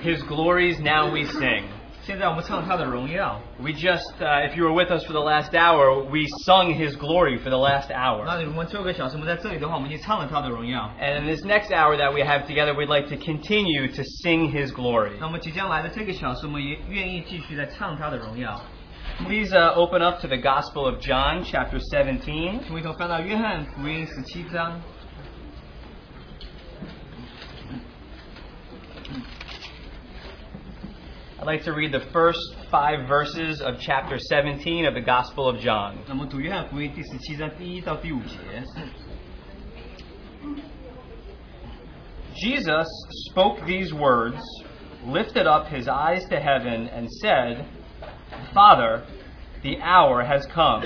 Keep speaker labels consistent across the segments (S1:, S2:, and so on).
S1: His glories now we sing.
S2: 现在我们唱他的荣耀。
S1: We just, uh, if you were with us for the last hour, we sung His glory for the last
S2: 那
S1: hour.
S2: 我们这个小时我们在这里的话，我们已经唱了他的荣耀。
S1: And in this next hour that we have together, we'd like to continue to sing His glory.
S2: 那么即将来的这个小时，我们也愿意继续来唱他的荣耀。
S1: Please uh, open up to the Gospel of John, chapter 17.
S2: 请我们一同翻到约翰福音十七章。
S1: I'd like to read the first five verses of chapter 17 of the Gospel of John.
S2: 那么读约翰福音第十七章第一到第五节。
S1: Jesus spoke these words, lifted up his eyes to heaven, and said, Father, the hour has come.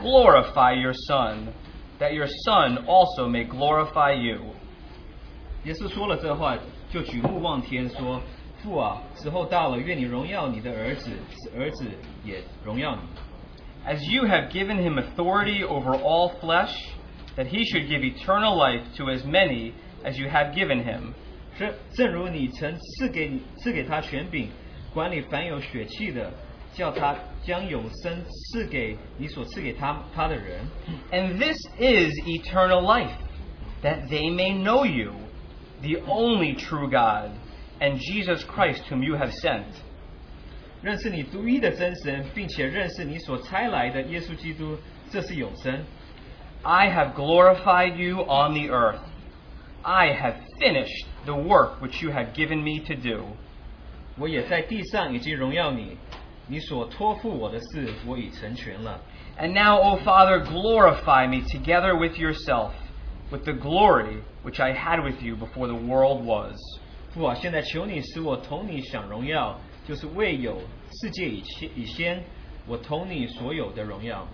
S1: Glorify your Son, that your Son also may glorify you.
S2: 耶稣说了这话，就举目望天说：“父啊，时候到了，愿你荣耀你的儿子，使儿子也荣耀你。
S1: As you have given him authority over all flesh, that he should give eternal life to as many as you have given him.
S2: 正正如你曾赐给你赐给他权柄，管理凡有血气的，叫他将永生赐给你所赐给他他的人。
S1: And this is eternal life, that they may know you, the only true God, and Jesus Christ, whom you have sent.
S2: 认识你独一的真神，并且认识你所差来的耶稣基督，这是永生。
S1: I have glorified you on the earth. I have finished the work which you have given me to do.
S2: 我也在地上已经荣耀你，你所托付我的事，我已成全了。
S1: And now, O Father, glorify me together with yourself, with the glory which I had with you before the world was.
S2: 父啊，现在求你使我同你享荣耀，就是未有世界以先以先，我同你所有的荣耀。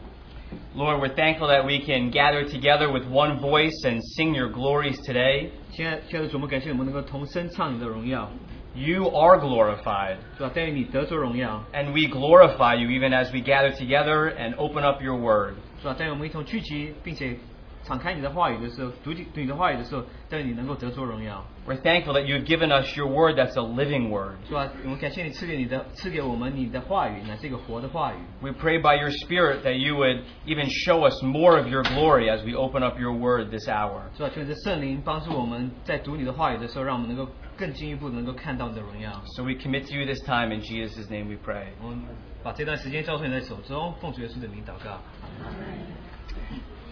S1: Lord, we're thankful that we can gather together with one voice and sing your glories today.
S2: 现在，现在主，我们感谢我们能够同声唱你的荣耀，
S1: You are glorified,
S2: 主啊，但愿你得着荣耀，
S1: and we glorify you even as we gather together and open up your word.
S2: 主啊，但愿我们一同聚集，并且敞开你的话语的时候，读你读你的话语的时候，但愿你能够得着荣耀，
S1: We're thankful that you have given us your word that's a living word.
S2: 主啊，我们感谢你赐给你的赐给我们你的话语，乃是一个活的话语。
S1: We pray by your Spirit that you would even show us more of your glory as we open up your word this hour.
S2: 主啊，求你的圣灵帮助我们在读你的话语的时候，让我们能够更进一步地能够看到你的荣耀。
S1: So we commit to you this time. In Jesus' name we pray.
S2: 我们把这段时间交出你的手中，奉主耶稣的名祷告。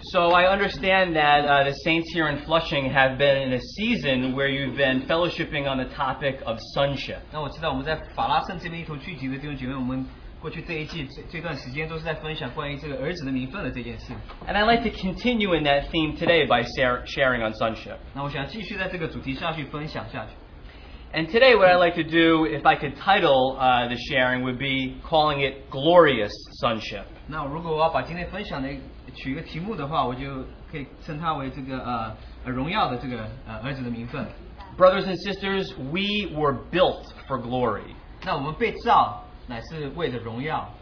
S1: So I understand that uh, the saints here in Flushing have been in a season where you've been fellowshipping on the topic of sonship.
S2: 那我知道我们在法拉盛这边一同聚集的弟兄姐妹，我们过去这一季这这段时间都是在分享关于这个儿子的名分的这件事。
S1: And I'd like to continue in that theme today by share- sharing on sonship.
S2: 那我想继续在这个主题下去分享下去。
S1: And today, what I'd like to do, if I could title uh, the sharing, would be calling it Glorious Sonship.
S2: 那如果我要把今天分享的取一个题目的话，我就可以称它为这个呃呃荣耀的这个呃儿子的名分。
S1: Brothers and sisters, we were built for glory.
S2: 那我们被造乃是为了荣耀。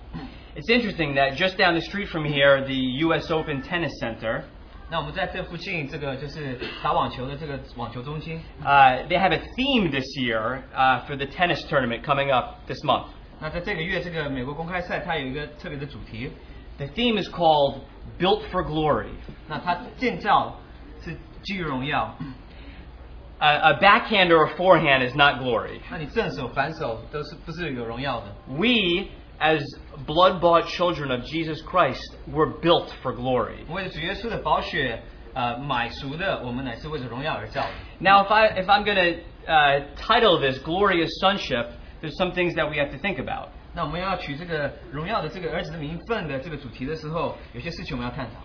S1: It's interesting that just down the street from here, the U.S. Open Tennis Center,
S2: 那我们在这附近，这个就是打网球的这个网球中心。
S1: uh, they have a theme this year uh, for the tennis tournament coming up this month.
S2: 那在这个月，这个美国公开赛它有一个特别的主题，
S1: The theme is called Built for Glory.
S2: 那它建造是基于荣耀。
S1: Uh, a backhand or a forehand is not glory.
S2: 那你正手、反手都是不是有荣耀的？
S1: We, as blood bought children of Jesus Christ, were built for glory.
S2: 为了主耶稣的宝血，呃，买赎的，我们乃是为了荣耀而造的。
S1: Now, if, I, if I'm going to uh, title this Glorious Sonship, there's some things that we have to think about.
S2: 那我们要取这个荣耀的这个儿子的名分的这个主题的时候，有些事情我们要探讨。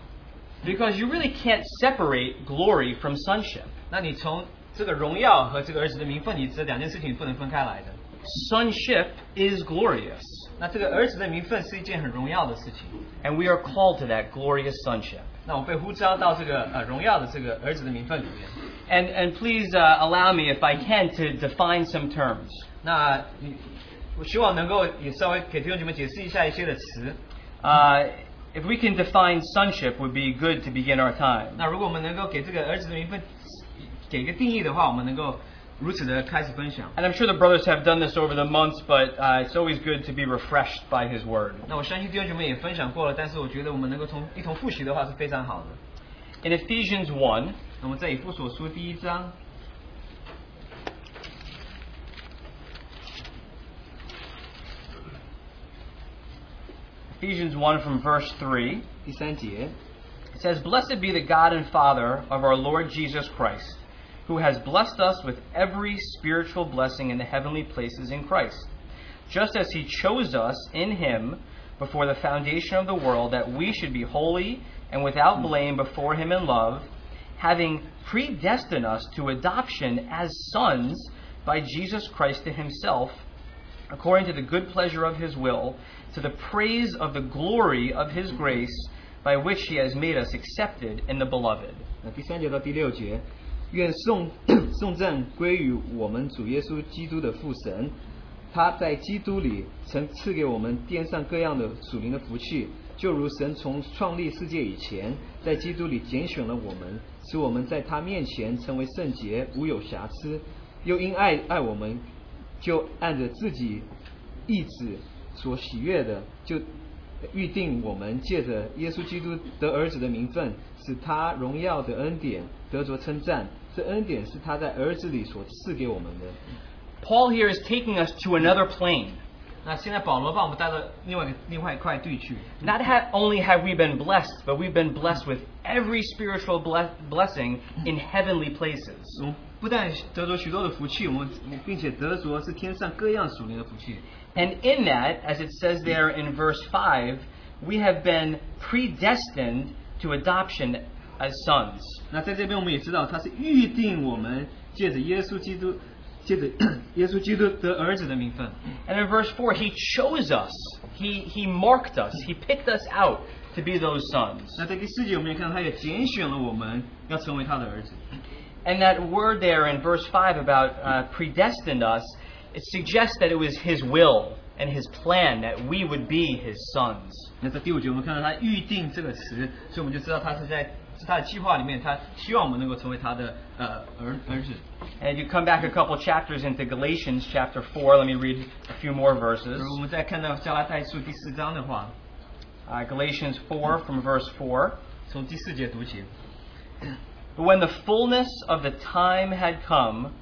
S1: Because you really can't separate glory from sonship.
S2: 那你从这个荣耀和这个儿子的名分，你这两件事情不能分开来的。
S1: Sonship is glorious,
S2: 那这个儿子的名分是一件很荣耀的事情。
S1: and we are called to that glorious sonship.
S2: 那我被呼召到这个呃荣耀的这个儿子的名分里面。
S1: And, and please uh, allow me, if I can, to define some terms.
S2: 那你我希望能够也稍微给弟兄姐妹解释一下一些的词。
S1: Uh, if we can define sonship, would be good to begin our time.
S2: 那如果我们能够给这个儿子的名分给一个定义的话，我们能够如此的开始分享。
S1: And I'm sure the brothers have done this over the months, but uh, it's always good to be refreshed by His Word.
S2: 那我相信弟兄姐妹也分享过了，但是我觉得我们能够从一同复习的话是非常好的。
S1: In Ephesians 1,
S2: 那么在以父所书第一章，
S1: Ephesians 1 from verse 3,
S2: 第三节，
S1: it says, Blessed be the God and Father of our Lord Jesus Christ, who has blessed us with every spiritual blessing in the heavenly places in Christ, just as He chose us in Him before the foundation of the world, that we should be holy and without blame before Him in love, having predestined us to adoption as sons by Jesus Christ to Himself according to the good pleasure of his will, to the praise of the glory of his grace, by which he has made us accepted in the beloved.
S2: 那第三节到第六节，愿颂 颂赞归于我们主耶稣基督的父神，他在基督里曾赐给我们天上各样的属灵的福气，就如神从创立世界以前，在基督里拣选了我们，使我们在他面前成为圣洁，无有瑕疵，又因爱爱我们，就按着自己意志所喜悦的，就预定我们借着耶稣基督得儿子的名分，使他荣耀的恩典得着称赞。这恩典是他在儿子里所赐给我们的。
S1: Paul here is taking us to another plane.
S2: 那现在保罗把我们带到另外一个另外一块地区，
S1: Not ha- only have we been blessed, but we've been blessed with every spiritual ble- blessing in heavenly places.
S2: 我们不但得着许多的福气，我们并且得着是天上各样属灵的福气。
S1: And in that, as it says there in verse 5, we have been predestined to adoption as sons.
S2: 那在这边我们也知道，他是预定我们借着耶稣基督，借着耶稣基督得儿子的名分。
S1: And in verse 4, he chose us. He, he marked us. He picked us out to be those sons.
S2: 那在第四节我们也看到，他也拣选了我们要成为他的儿子。
S1: And that word there in verse 5 about uh, predestined us, it suggests that it was his will and his plan that we would be his sons.
S2: 那在第五节我们看到他预定这个词，所以我们就知道他是在是他的计划里面，他希望我们能够成为他的呃儿儿子。
S1: And if you come back a couple chapters into Galatians chapter 4, let me read a few more
S2: 而
S1: verses.
S2: 我们再看到加拉太书第四章的话，
S1: Uh, Galatians 4 from verse 4.
S2: 从第四节读起。
S1: But when the fullness of the time had come,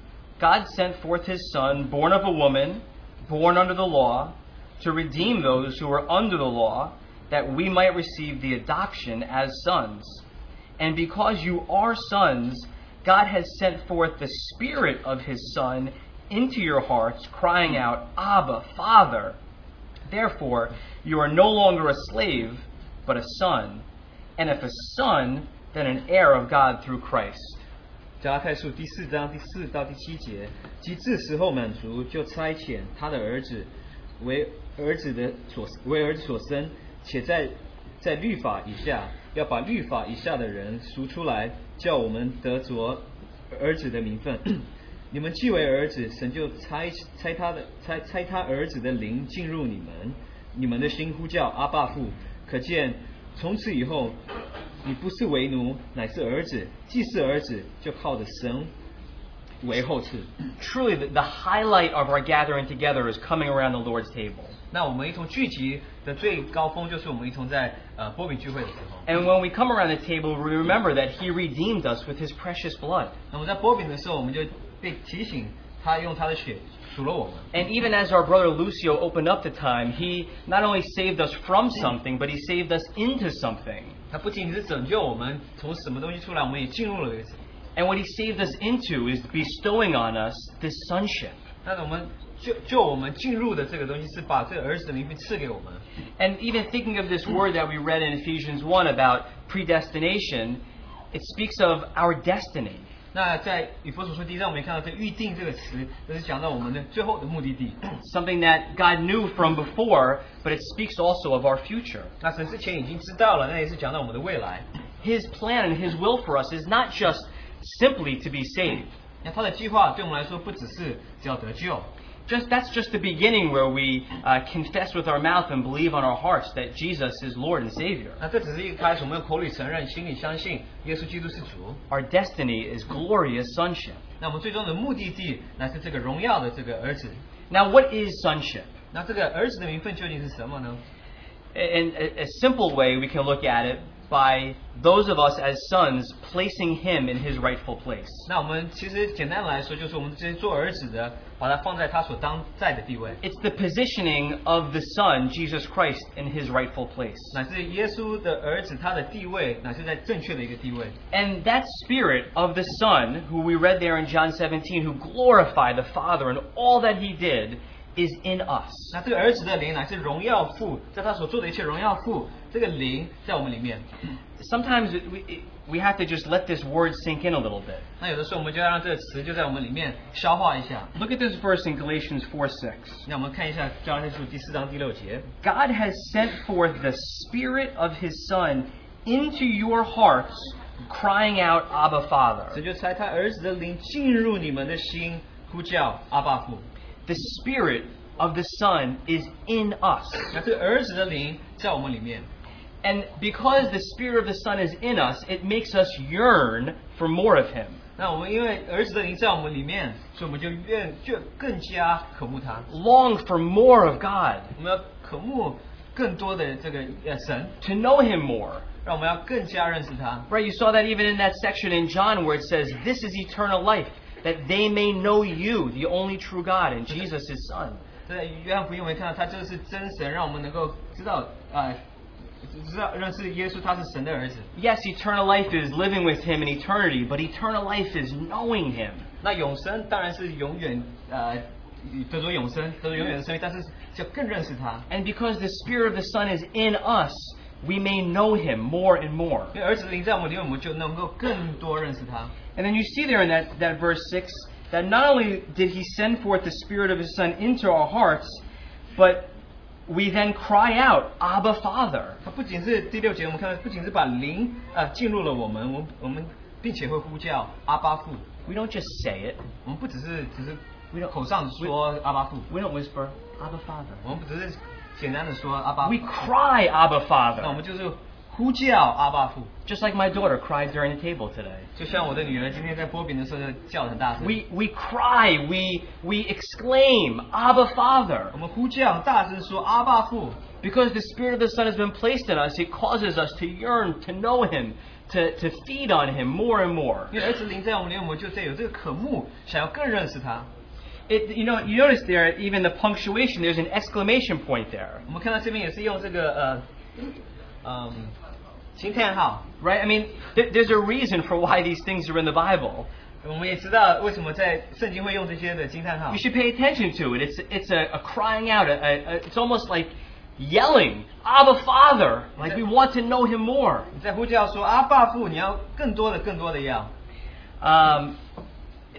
S1: God sent forth his Son, born of a woman, born under the law, to redeem those who were under the law, that we might receive the adoption as sons. And because you are sons, God has sent forth the Spirit of his Son into your hearts, crying out, Abba, Father. Therefore, you are no longer a slave, but a son. And if a son, then an heir of God through Christ.
S2: 加拉太书第四章第四到第七节，及至时候满足，就差遣他的儿子为儿子的所为儿子所生，且在在律法以下，要把律法以下的人赎出来，叫我们得着儿子的名分。你们既为儿子，神就差差他的差差他儿子的灵进入你们，你们的心呼叫阿爸父，可见从此以后，你不是为奴，乃是儿子；既是儿子，就靠着神为后嗣。
S1: Truly, the, the highlight of our gathering together is coming around the Lord's table.
S2: 那我们一同聚集的最高峰，就是我们一同在呃波比聚会的时候。
S1: And when we come around the table, we remember that He redeemed us with His precious blood.
S2: 那么在波比的时候，我们就被提醒他用他的血赎了我们。
S1: And even as our brother Lucio opened up the time, He not only saved us from something, but He saved us into something.
S2: 他不仅仅是拯救我们从什么东西出来，我们也进入了一个什么。
S1: And what He saved us into is bestowing on us this sonship.
S2: 那我们就就我们进入的这个东西是把这个儿子的名分赐给我们。
S1: And even thinking of this word that we read in Ephesians 1 about predestination, it speaks of our destiny.
S2: 那在以佛所说第一章，我们也看到这“预定”这个词，这是讲到我们的最后的目的地。
S1: Something that God knew from before, but it speaks also of our future.
S2: 那神之前已经知道了，那也是讲到我们的未来。
S1: His plan and His will for us is not just simply to be saved,
S2: 那他的计划对我们来说，不只是只要得救，
S1: just that's just the beginning where we uh, confess with our mouth and believe on our hearts that Jesus is Lord and Savior.
S2: 那这只是一个开始，我们口里承认，心里相信耶稣基督是主。
S1: Our destiny is glorious sonship.
S2: 那我们最终的目的地，乃是这个荣耀的这个儿子。
S1: Now, what is sonship?
S2: 那这个儿子的名分究竟是什么呢？
S1: In a, a simple way, we can look at it by those of us as sons placing Him in His rightful place.
S2: 那我们其实简单来说，就是我们这些做儿子的，把他放在他所当在的地位，
S1: It's the positioning of the Son, Jesus Christ, in His rightful place.
S2: 乃是耶稣的儿子他的地位，乃是在正确的一个地位。
S1: And that spirit of the Son, who we read there in John 17, who glorified the Father and all that he did, is in us.
S2: 那这个儿子的灵乃是荣耀父，在他所做的一切荣耀父，这个灵在我们里面。
S1: Sometimes it, we, it, we have to just let this word sink in a little bit.
S2: 那有的时候我们就要让这个词就在我们里面消化一下。
S1: Look at this verse in Galatians 4 6.
S2: 那我们看一下《加拉太书》第四章第六节，
S1: God has sent forth the spirit of his Son into your hearts, crying out, Abba,
S2: 神
S1: Father.
S2: 就猜他儿子的灵进入你们的心，呼叫阿爸父。
S1: The spirit of the Son is in us.
S2: 那这个儿子的灵在我们里面，
S1: And because the Spirit of the Son is in us, it makes us yearn for more of Him.
S2: 那我们因为儿子的灵在我们里面，所以我们就愿就更加渴慕他，
S1: Long for more of God,
S2: 我们要渴慕更多的这个呃神，
S1: to know Him more.
S2: 让我们要更加认识他。
S1: Right? You saw that even in that section in John where it says, This is eternal life, that they may know you, the only true God, and Jesus, His Son.
S2: 在约翰福音我们看到他就是真神，让我们能够知道啊、知道认识耶稣他是神的儿子。
S1: Yes, eternal life is living with Him in eternity, but eternal life is knowing Him.
S2: 那永生当然是永远呃得着永生，得着永远的生命，但是就更认识他。
S1: And because the Spirit of the Son is in us, we may know Him more and more.
S2: 因为儿子的灵在我们里面，我们就能够更多认识他。
S1: And then you see there in that, that verse 6 that not only did he send forth the Spirit of his Son into our hearts, but we then cry out, Abba, Father.
S2: 他不仅是第六节，我们看到不仅是把灵啊、呃进入了我们，我们我们并且会呼叫阿巴父。
S1: We don't just say it,
S2: 我们不只是只是
S1: We don't-
S2: 口上说阿巴父，
S1: we don't whisper, Abba, Father.
S2: 我们不只是简单的说阿巴父
S1: We，cry, Abba,
S2: 那我
S1: Father.
S2: 们就是呼叫阿巴父。
S1: Just like my daughter cried during the table today.
S2: 就像我的女儿今天在波饼的时候叫得很大声，
S1: We, we cry, we, we exclaim, Abba,
S2: 我
S1: Father.
S2: 们呼叫大声说阿爸父，
S1: Because the Spirit of the Son has been placed in us, it causes us to yearn, to know Him, to, to feed on Him more and more.
S2: 因为儿子灵在我们里面，我们就在有这个渴慕，想要更认识他。
S1: It, you know, you notice there even the punctuation. There's an exclamation point there,
S2: 我们看到这边也是用这个呃，嗯，惊叹号。
S1: right? I mean, th- there's a reason for why these things are in the Bible.
S2: 我们也知道为什么在圣经会用这些的惊叹号
S1: You，should pay attention to it. It's it's a, a crying out. A, a, a- it's almost like yelling, "Abba, Father!" Like we want to know Him more.
S2: 你在呼叫说阿爸父，你要更多的、更多的要。
S1: Um,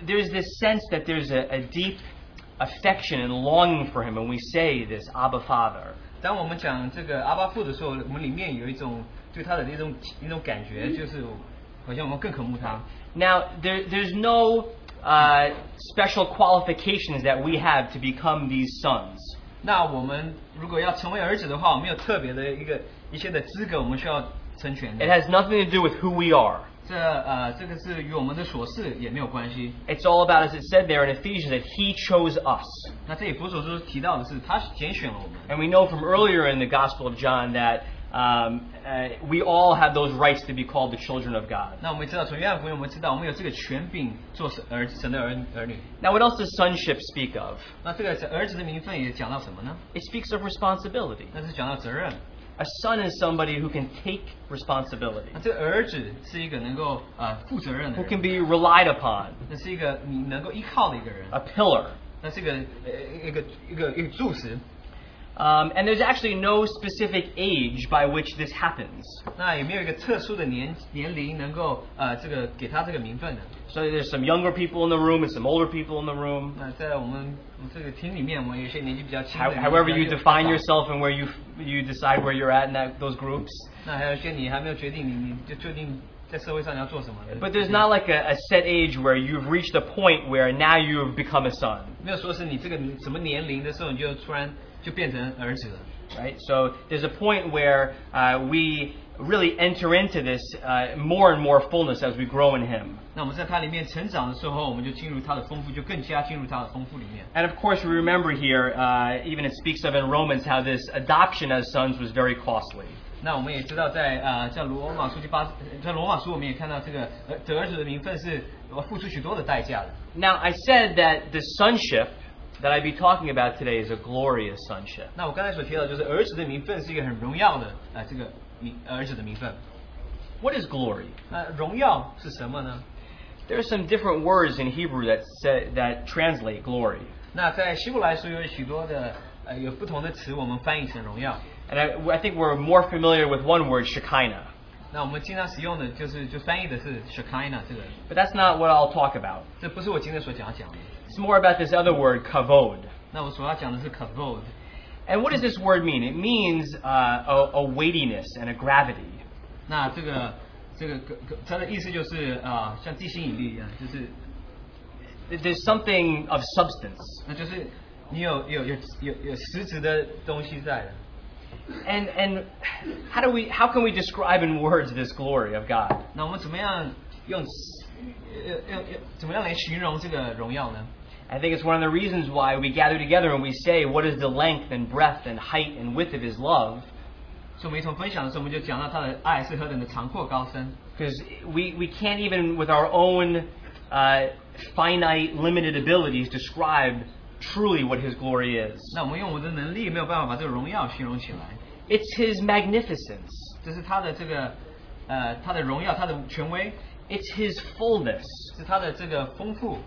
S1: there's this sense that there's a, a deep affection and longing for Him when we say this, "Abba, Father."
S2: 当我们讲这个阿巴父的时候，我们里面有一种对他的一种一种感觉，就是好像我们更渴慕他。
S1: Now, there, there's no uh, special qualifications that we have to become these sons.
S2: 那我们如果要成为儿子的话，我们有特别的一个一些的资格，我们需要成全
S1: It
S2: 的。
S1: has nothing to do with who we are.
S2: 这呃，这个是与我们的琐事也没有关系。
S1: It's all about, as it said there in Ephesians, that He chose us.
S2: 那这里佛所说提到的是，他拣选了我们。
S1: And we know from earlier in the Gospel of John that um, uh, we all have those rights to be called the children of God.
S2: 那我们知道，从约翰福音我们知道，我们有这个权柄做神儿神的儿儿女。
S1: Now, what else does sonship speak of?
S2: 那这个儿子的名分也讲到什么呢？
S1: It speaks of responsibility.
S2: 那是讲到责任。
S1: A son is somebody who can take responsibility,
S2: 那这个儿子是一个能够呃负责任的
S1: who
S2: 人，
S1: can be relied upon,
S2: 那是一个你能够依靠的一个人，
S1: a pillar.
S2: 那是一个呃一个一个一个柱石。
S1: Um, and there's actually no specific age by which this happens.
S2: 那有没有一个特殊的年年龄能够呃这个给他这个名分呢？
S1: So there's some younger people in the room and some older people in the room.
S2: 那在我们我们这个厅里面，我们有些年纪比较轻的
S1: How,
S2: 人
S1: however
S2: 比
S1: you
S2: 较幼
S1: define
S2: 小
S1: yourself and where you you decide where you're at in that, those groups.
S2: 那还有一些你还没有决定，你你就究竟在社会上你要做什么？
S1: But there's not like a, a set age where you've reached a point where now you've become a son,
S2: 没有说是你这个什么年龄的时候，你就突然就变成儿子了。
S1: right? So there's a point where uh, we really enter into this uh, more and more fullness as we grow in Him.
S2: 那我们在它里面成长的时候，我们就进入它的丰富，就更加进入它的丰富里面。
S1: And of course, we remember here, uh, even it speaks of in Romans how this adoption as sons was very costly.
S2: 那我们也知道在，呃在罗马书第八，呃在罗马书我们也看到这个呃得儿子的名分是呃付出许多的代价的。
S1: Now, I said that the sonship that I'd be talking about today is a glorious sonship.
S2: 那我刚才所提到，就是儿子的名分是一个很荣耀的呃这个名儿子的名分。
S1: What is glory?
S2: 那荣耀是什么呢？
S1: There are some different words in Hebrew that say, that translate glory.
S2: 那在希伯来书有许多的呃有不同的词，我们翻译成荣耀。
S1: And I, I think we're more familiar with one word, Shekinah.
S2: 那我们经常使用的就是就翻译的是 Shekinah 这个，
S1: But that's not what I'll talk about.
S2: 这不是我今天所想要讲的。
S1: It's more about this other word, Kavod.
S2: 那我所要讲的是 kavod。
S1: And what does this word mean? It means uh, a, a weightiness and a gravity.
S2: 那这个这个它的意思就是啊、呃像地心引力一样，就是
S1: There's something of substance.
S2: 那就是你有有有有有实质的东西在的。
S1: And and how do we how can we describe in words this glory of God?
S2: 那我们怎么样用用用用怎么样来形容这个荣耀呢？
S1: I think it's one of the reasons why we gather together and we say, What is the length and breadth and height and width of his love?
S2: 所以我们一同分享的时候，我们就讲到他的爱是何等的长阔高深。
S1: Because we, we can't even with our own uh, finite, limited abilities describe truly what his glory is.
S2: 那我们用我们的能力没有办法把这个荣耀形容起来，
S1: It's his magnificence.
S2: 这是他的这个呃他的荣耀，他的权威，
S1: It's his fullness.
S2: 是他的这个丰富。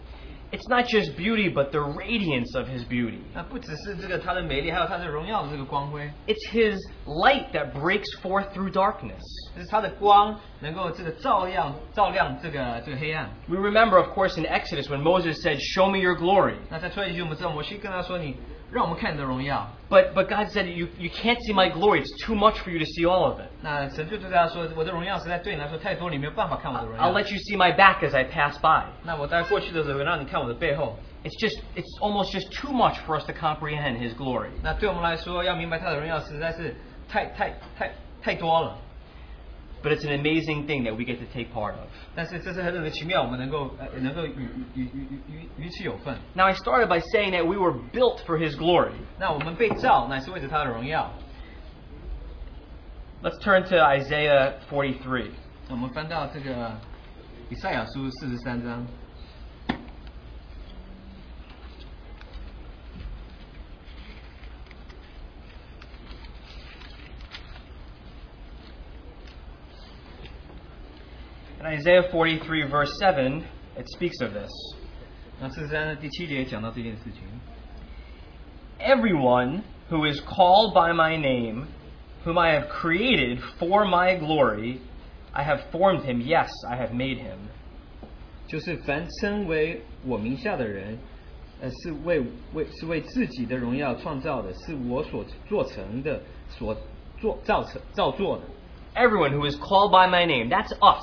S1: It's not just beauty, but the radiance of his beauty.
S2: 那不只是这个他的美丽，还有他的荣耀的这个光辉，
S1: It's his light that breaks forth through darkness.
S2: 这是他的光能够这个照亮照亮这个这个黑暗。
S1: We remember, of course, in Exodus when Moses said, Show me your glory.
S2: 那在出埃及记我们知道摩西跟他说：“你让我们看你的荣耀。
S1: But, but God said, you, you can't see my glory. It's too much for you to see all of it. ”
S2: 那神就对他说：“我的荣耀实在对你来说太多，你没有办法看我的荣
S1: I'll
S2: 耀。
S1: let you see my back as I pass by.
S2: 那我在过去的时候让你看我的背后。
S1: It's just, it's almost just too much for us to comprehend His glory.
S2: 那对我们来说，要明白他的荣耀实在是太太太太多了。
S1: But it's an amazing thing that we get to take part of.
S2: 但是这是何等的奇妙，我们能够呃能够与与与与与与此有份。
S1: Now, I started by saying that we were built for His glory.
S2: 那我们被造乃是为着他的荣耀。
S1: Let's turn to Isaiah 43.
S2: 那我们翻到这个以赛亚书四十三章。
S1: In Isaiah 43, verse 7, it speaks of this.
S2: 那四十三章第七节也讲到这件事情。
S1: Everyone who is called by my name, whom I have created for my glory, I have formed him, yes, I have made him.
S2: 就是凡称为我名下的人，呃，是为为是为自己的荣耀创造的，是我所做成的，所做造成造作的。
S1: Everyone who is called by my name, that's us.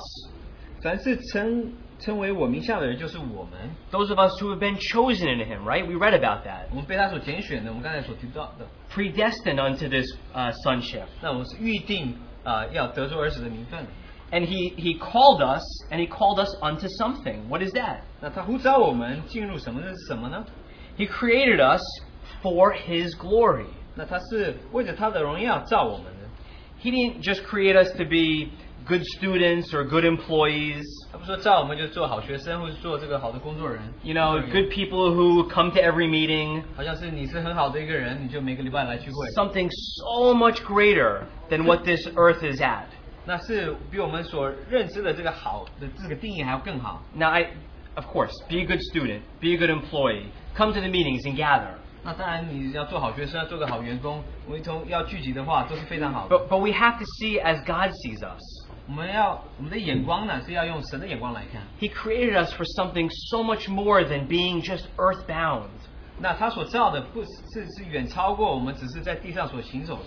S2: 凡是称称为我名下的人，就是我们，
S1: Those of us who have been chosen in him, right? We read about that.
S2: 我们被他所拣选的，我们刚才所提到的。
S1: Predestined unto this uh, sonship.
S2: 那我们是预定啊、呃要得着儿子的名分。
S1: And he, he called us, and he called us unto something. What is that?
S2: 那他呼召我们进入什么呢？是什么呢？
S1: He created us for his glory.
S2: 那他是为着他的荣耀造我们的，
S1: He didn't just create us to be good students or good employees.
S2: 他不说造我们就做好学生，或者做这个好的工作人。
S1: You know, good people who come to every meeting.
S2: 好像是你是很好的一个人，你就每个礼拜来聚会。
S1: Something so much greater than what this earth is at.
S2: 那是比我们所认知的这个好的这个定义还要更好。
S1: Now, I, of course, be a good student, be a good employee, come to the meetings and gather.
S2: 那当然，你要做好学生，要做个好员工，我们从要聚集的话都是非常好的。
S1: But, but we have to see as God sees us.
S2: 我们要我们的眼光呢是要用神的眼光来看，
S1: He created us for something so much more than being just earthbound.
S2: 那他所造的不是是远超过我们只是在地上所行走的。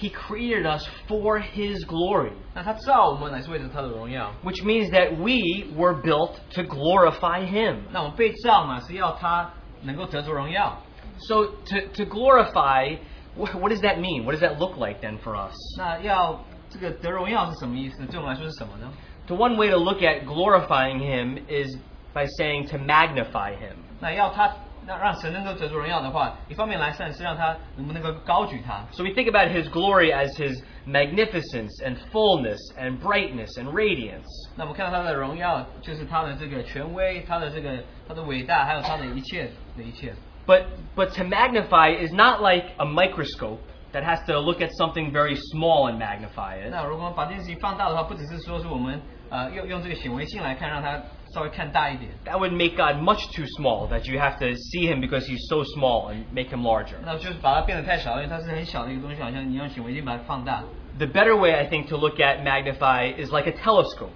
S1: He created us for His glory,
S2: 那他造我们乃是为了他的荣耀。
S1: which means that we were built to glorify Him.
S2: 那我们被造嘛，是要他能够得着荣耀。
S1: So to, to glorify, wh- what does that mean? What does that look like then for us?
S2: 那要这个得荣耀是什么意思？对我们来说是什么呢？
S1: The one way to look at glorifying Him is by saying to magnify Him.
S2: 那要他那让神能够得着荣耀的话，一方面来算是让他能不能够高举他。
S1: So we think about His glory as His magnificence and fullness and brightness and radiance.
S2: 那我们看到他的荣耀，就是他的这个权威，他的这个他的伟大，还有他的一切的一切。
S1: But, but to magnify is not like a microscope that has to look at something very small and magnify it.
S2: 那如果把这件事情放大的话，不只是说是我们呃用用这个显微镜来看，让它稍微看大一点，
S1: That would make God much too small that you have to see Him because He's so small and make Him larger.
S2: 那就是把它变得太小了，因为它是很小的一个东西，好像你用显微镜把它放大，
S1: The better way, I think, to look at magnify is like a telescope.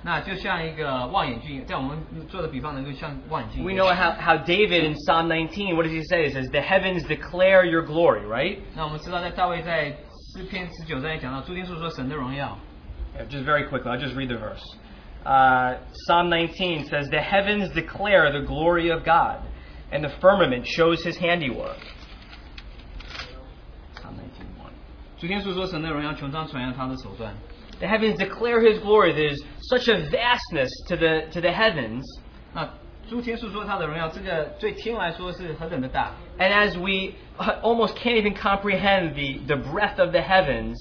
S2: 那就像一个望远镜，在我们做的比方能够像望远镜一
S1: We
S2: 样。
S1: know how, how David in Psalm 19, what does he say? He says, The heavens declare your glory, right?
S2: 那我们知道，在大卫在诗篇十九章也讲到，朱天树说神的荣耀。
S1: Yeah, just very quickly, I'll just read the verse. Uh, Psalm 19 says, The heavens declare the glory of God, and the firmament shows his handiwork. Psalm 19, 1.
S2: 朱天树说神的荣耀，穹苍传扬他的手段。
S1: The heavens declare his glory. There's such a vastness to the, to the heavens.
S2: 那朱天树说他的荣耀，这个对天来说是何等的大。
S1: And as we uh, almost can't even comprehend the, the breadth of the heavens,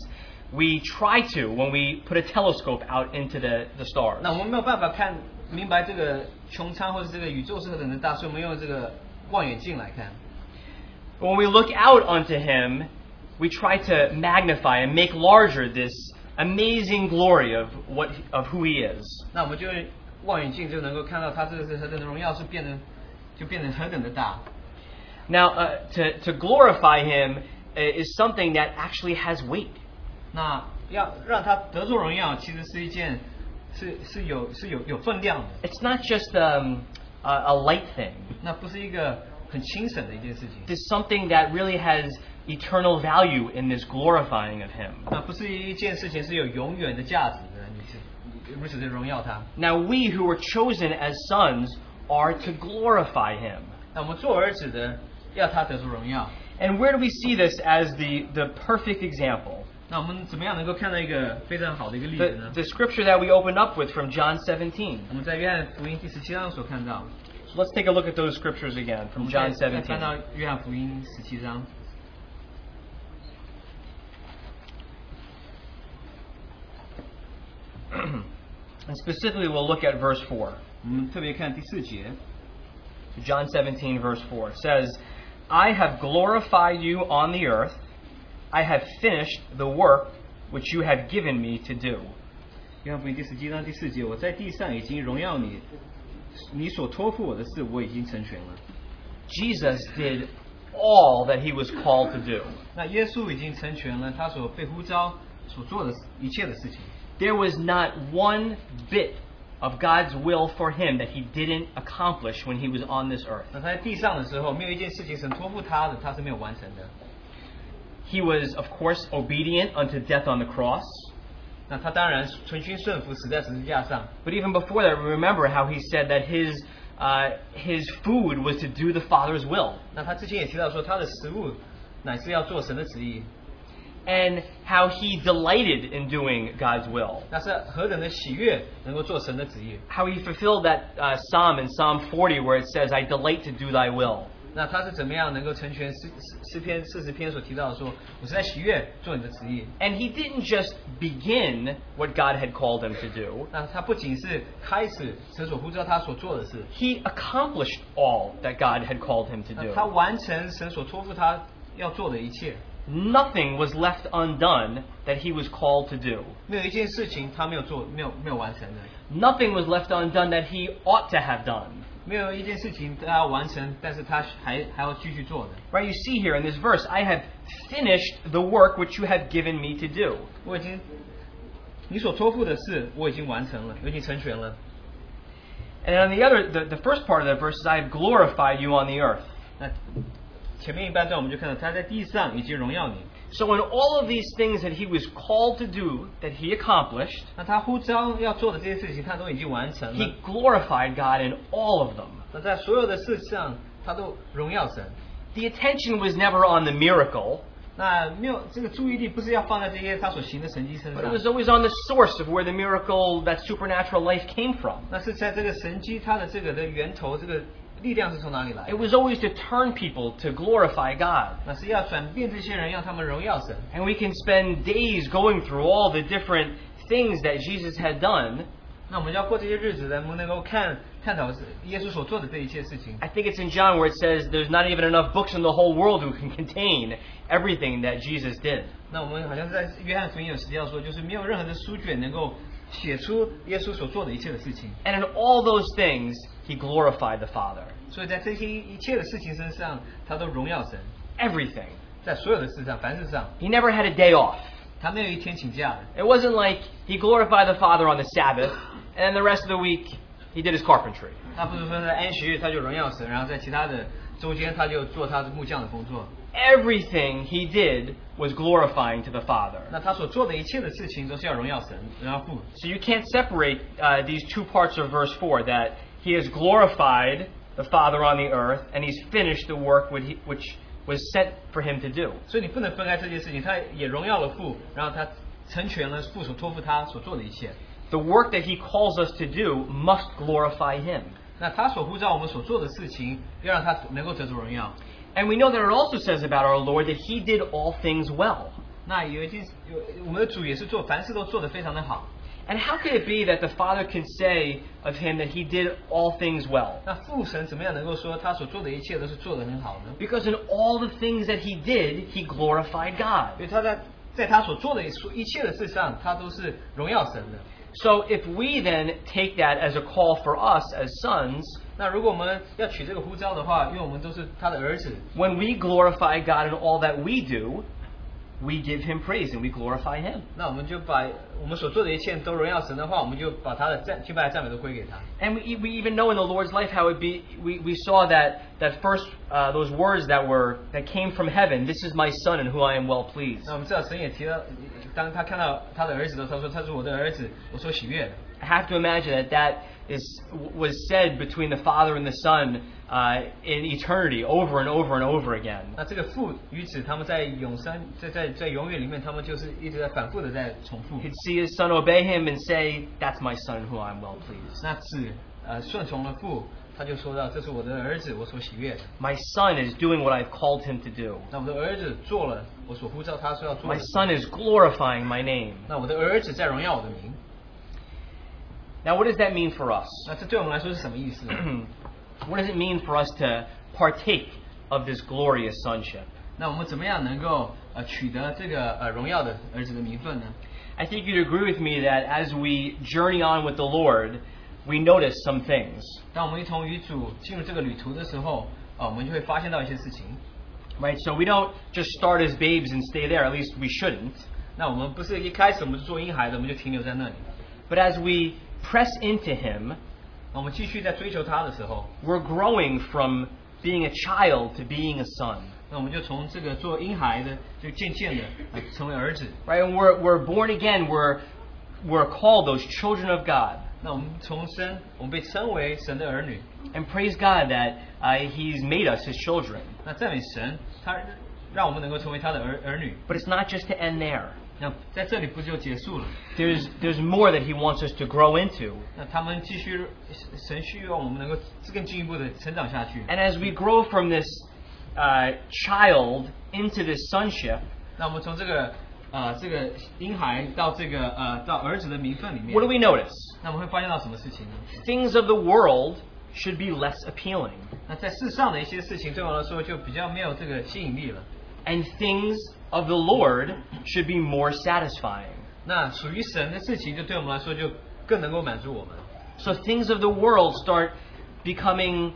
S1: we try to when we put a telescope out into the, the stars.
S2: 那我们没有办法看明白这个穹苍或者这个宇宙是何等的大，所以我们用这个望远镜来看。
S1: When we look out unto him, we try to magnify and make larger this amazing glory of what of who he is.
S2: 那我们就用望远镜就能够看到他这个是何等的荣耀，是变得就变得何等的大。
S1: Now, uh, to to glorify him uh, is something that actually has weight.
S2: 那要让他得着荣耀，其实是一件是是有是有有分量的，
S1: It's not just um, a, a light thing.
S2: 那不是一个很轻省的一件事情。
S1: It's something that really has eternal value in this glorifying of him.
S2: 啊那不是一件事情是有永远的价值的，你是如此的荣耀他。
S1: Now, we who were chosen as sons are to glorify him.
S2: 那我们做儿子的要他得出荣耀。
S1: And where do we see this as the, the perfect example?
S2: 那我们怎么样能够看到一个非常好的一个例子
S1: The,
S2: 呢？
S1: the scripture that we opened up with from John 17.
S2: 我们在约翰福音第十七章所看到，
S1: So let's take a look at those scriptures again
S2: 我
S1: from
S2: 们再
S1: John
S2: 再看
S1: 17.
S2: 到约翰福音十七章，
S1: And specifically, we'll look at verse 4.
S2: 我们特别看第四节。
S1: So John 17, verse 4 says, I have glorified you on the earth. I have finished the work which you have given me to do.
S2: 约翰福音第十七章第四节，我在地上已经荣耀你，你所托付我的事，我已经成全了。
S1: Jesus did all that he was called to do.
S2: 那耶稣已经成全了他所被呼召所做的一切的事情，
S1: There was not one bit of God's will for him that he didn't accomplish when he was on this earth.
S2: 那他在地上的时候，没有一件事情神托付他的，他是没有完成的。
S1: He was, of course, obedient unto death on the cross.
S2: 那他当然存心顺服，死在十字架上。
S1: But even before that, remember how he said that his, uh, his food was to do the Father's will.
S2: 那他之前也提到说，他的食物乃是要做神的旨意，
S1: And how he delighted in doing God's will.
S2: 那是何等的喜悦能够做神的旨意。
S1: How he fulfilled that uh, psalm in Psalm 40 where it says, I delight to do thy will.
S2: 那他是怎么样能够成全诗诗诗篇四十篇所提到的说，我是在喜悦做你的旨意。
S1: And he didn't just begin what God had called him to do,
S2: 那他不仅是开始神所呼召他所做的事，
S1: he accomplished all that God had called him to
S2: 那他
S1: do.
S2: 完成神所托付他要做的一切，
S1: Nothing was left undone that he was called to do.
S2: 没有一件事情他没有做，没有没有完成的，
S1: Nothing was left undone that he ought to have done.
S2: 没有一件事情他要完成，但是他还还要继续做的。
S1: Right? You see here in this verse, I have finished the work which you have given me to do.
S2: 我已经，你所托付的事我已经完成了，我已经成全了。
S1: And on the other, the, the first part of that verse is, I have glorified you on the earth.
S2: 那前面一半段我们就看到他在地上已经荣耀你。
S1: So, in all of these things that he was called to do, that he accomplished,
S2: 那他呼召要做的这些事情，他都已经完成
S1: he
S2: 了。
S1: glorified God in all of them.
S2: 那在所有的事上，他都荣耀神。
S1: The attention was never on the miracle,
S2: 那没有这个注意力，不是要放在这些他所行的神迹身
S1: but it was
S2: 上，
S1: always on the source of where the miracle, that supernatural life came from.
S2: 那是在这个神迹它的这个的源头，这个力量是从哪里来
S1: It？was always to turn people to glorify God.
S2: 那是要转变这些人，让他们荣耀神。
S1: And we can spend days going through all the different things that Jesus had done.
S2: 那我们要过这些日子，咱们能够看探讨耶稣所做的这一切事情。
S1: I think it's in John where it says there's not even enough books in the whole world who can contain everything that Jesus did.
S2: 那我们好像是在约翰福音有时要说，就是没有任何的书卷能够写出耶稣所做的一切的事情。
S1: And in all those things, he glorified the Father.
S2: 所以在这些一切的事情身上，他都荣耀神。
S1: Everything.
S2: 在所有的事上，凡事上，
S1: He never had a day off.
S2: 他没有一天请假的。
S1: It wasn't like he glorified the Father on the Sabbath, and then the rest of the week he did his carpentry.
S2: 他不是说在安息日他就荣耀神，然后在其他的周间他就做他的木匠的工作。
S1: Everything he did was glorifying to the Father.
S2: 那他所做的一切的事情都是要荣耀神，荣耀父。
S1: So you can't separate uh, these two parts of verse 4 that he has glorified the Father on the earth, and he's finished the work which, he, which was set for him to do.
S2: 所以你不能分开这件事情，他也荣耀了父，然后他成全了父所托付他所做的一切。
S1: The work that he calls us to do must glorify him.
S2: 那他所呼召我们所做的事情，要让他能够得着荣耀。
S1: And we know that it also says about our Lord that he did all things well.
S2: 那有一件，有我们的主也是做凡事都做得非常的好。
S1: And how could it be that the Father can say of him that he did all things well?
S2: 那父神怎么样能够说他所做的一切都是做得很好呢？
S1: Because in all the things that he did, he glorified
S2: 因
S1: God.
S2: 为他在在他所做的一切的事上，他都是荣耀神的。
S1: So if we then take that as a call for us as sons,
S2: 那如果我们要取这个呼召的话，因为我们都是他的儿子，
S1: when we glorify God in all that we do, we give him praise and we glorify him.
S2: 那我们就把我们所做的一切都荣耀神的话，我们就把他的赞敬拜赞美都归给他。
S1: And we, we even know in the Lord's life how it be. We, we saw that that first uh, those words that were that came from heaven. This is my son in who I am well pleased.
S2: 那我们知道神也提到，当他看到他的儿子的时候，他说他是我的儿子，我所喜悦的。
S1: I have to imagine that that is was said between the Father and the Son uh, in eternity, over and over and over again.
S2: 那这个父与子他们在永生，在在在永远里面，他们就是一直在反复的在重复。
S1: He'd see his son obey him and say, "That's my son in who I am well pleased."
S2: 那子呃顺从了父，他就说到这是我的儿子，我所喜悦的。
S1: My son is doing what I've called him to do.
S2: 那我的儿子做了我所呼召他说要做
S1: My
S2: 的。
S1: son is glorifying my name.
S2: 那我的儿子在荣耀我的名。
S1: Now, what does that mean for us?
S2: 那这对我们来说是什么意思呢？
S1: what does it mean for us to partake of this glorious sonship?
S2: 那我们怎么样能够呃取得这个呃荣耀的儿子的名分呢？
S1: I think you'd agree with me that as we journey on with the Lord, we notice some things.
S2: 当我们一同与主进入这个旅途的时候，呃，我们就会发现到一些事情。
S1: Right? So we don't just start as babes and stay there, at least we shouldn't.
S2: 那我们不是一开始我们就做婴孩的，我们就停留在那里。
S1: But as we press into Him,
S2: 那我们继续在追求他的时候，
S1: we're growing from being a child to being a son.
S2: 那我们就从这个做婴孩的，就渐渐的、呃成为儿子。
S1: Right? And we're, we're born again, we're, we're called those children of God.
S2: 那我们重生，我们被称为神的儿女。
S1: And praise God that uh, He's made us His children.
S2: 那赞美神，他让我们能够成为他的儿儿女。
S1: But it's not just to end there.
S2: 那在这里不就结束了？
S1: There's, there's more that he wants us to grow into.
S2: 那他们继续，神需要我们能够更进一步的成长下去。
S1: And as we grow from this uh, child into this sonship,
S2: 那我们从这个呃这个婴孩到这个呃到儿子的名分里面
S1: what do，we notice?
S2: 那我们会发现到什么事情呢？
S1: Things of the world should be less appealing,
S2: 那在世上的一些事情对我来说就比较没有这个吸引力了。
S1: and things of the Lord should be more satisfying.
S2: 那属于神的事情就对我们来说就更能够满足我们。
S1: So things of the world start becoming,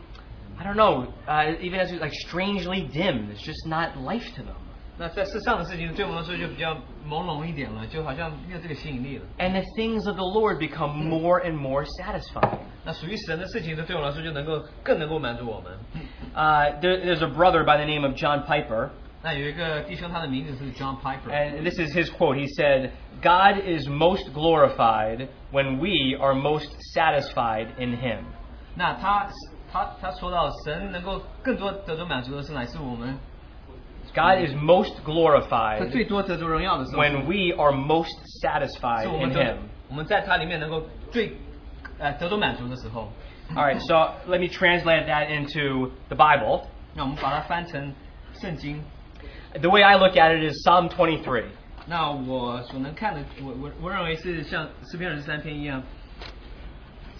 S1: I don't know, uh, even as like strangely dim. There's just not life to them.
S2: 那在世上的事情对我们来说就比较朦胧一点了，就好像没有这个吸引力了。
S1: And the things of the Lord become more and more satisfying.
S2: 那属于神的事情就对我来说就能够更能够满足我们。
S1: Uh, there, there's a brother by the name of John Piper,
S2: 那有一个弟兄，他的名字是 John Piper，
S1: and this is his quote. He said, God is most glorified when we are most satisfied in Him.
S2: 那他他他说到神能够更多得着满足的是哪？是我们
S1: God is most
S2: 他
S1: glorified
S2: 最多得着荣耀的时候，
S1: when
S2: 是
S1: we are most
S2: 是
S1: satisfied
S2: 我们
S1: in
S2: 得
S1: Him.
S2: 我们在他里面能够最呃得着满足的时候。
S1: All right, so let me translate that into the Bible.
S2: 那我们把它翻成圣经。
S1: The way I look at it is Psalm 23.
S2: 那我所能看的，我我我认为是像诗篇二十三篇一样，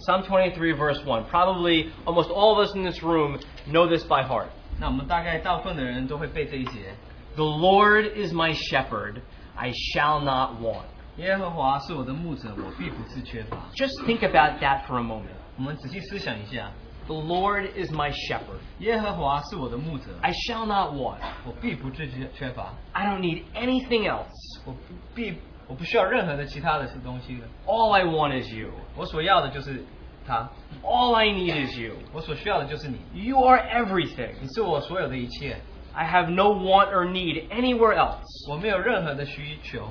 S1: Psalm 23, verse 1. Probably almost all of us in this room know this by heart.
S2: 那我们大概大部分的人都会背这一节。
S1: The Lord is my shepherd, I shall not want.
S2: 耶和华是我的牧者，我必不致缺乏。
S1: Just think about that for a moment.
S2: 我们仔细思想一下，
S1: The Lord is my shepherd,
S2: 耶和华是我的牧者，
S1: I shall not want.
S2: 我必不致缺缺乏，
S1: I don't need anything else.
S2: 我不必我不需要任何的其他的东西了。
S1: All I want is you.
S2: 我所要的就是他，
S1: All I need is you.
S2: 我所需要的就是你，
S1: You are
S2: 你
S1: everything.
S2: 是我所有的一切，
S1: I have no want or need anywhere else.
S2: 我没有任何的需求。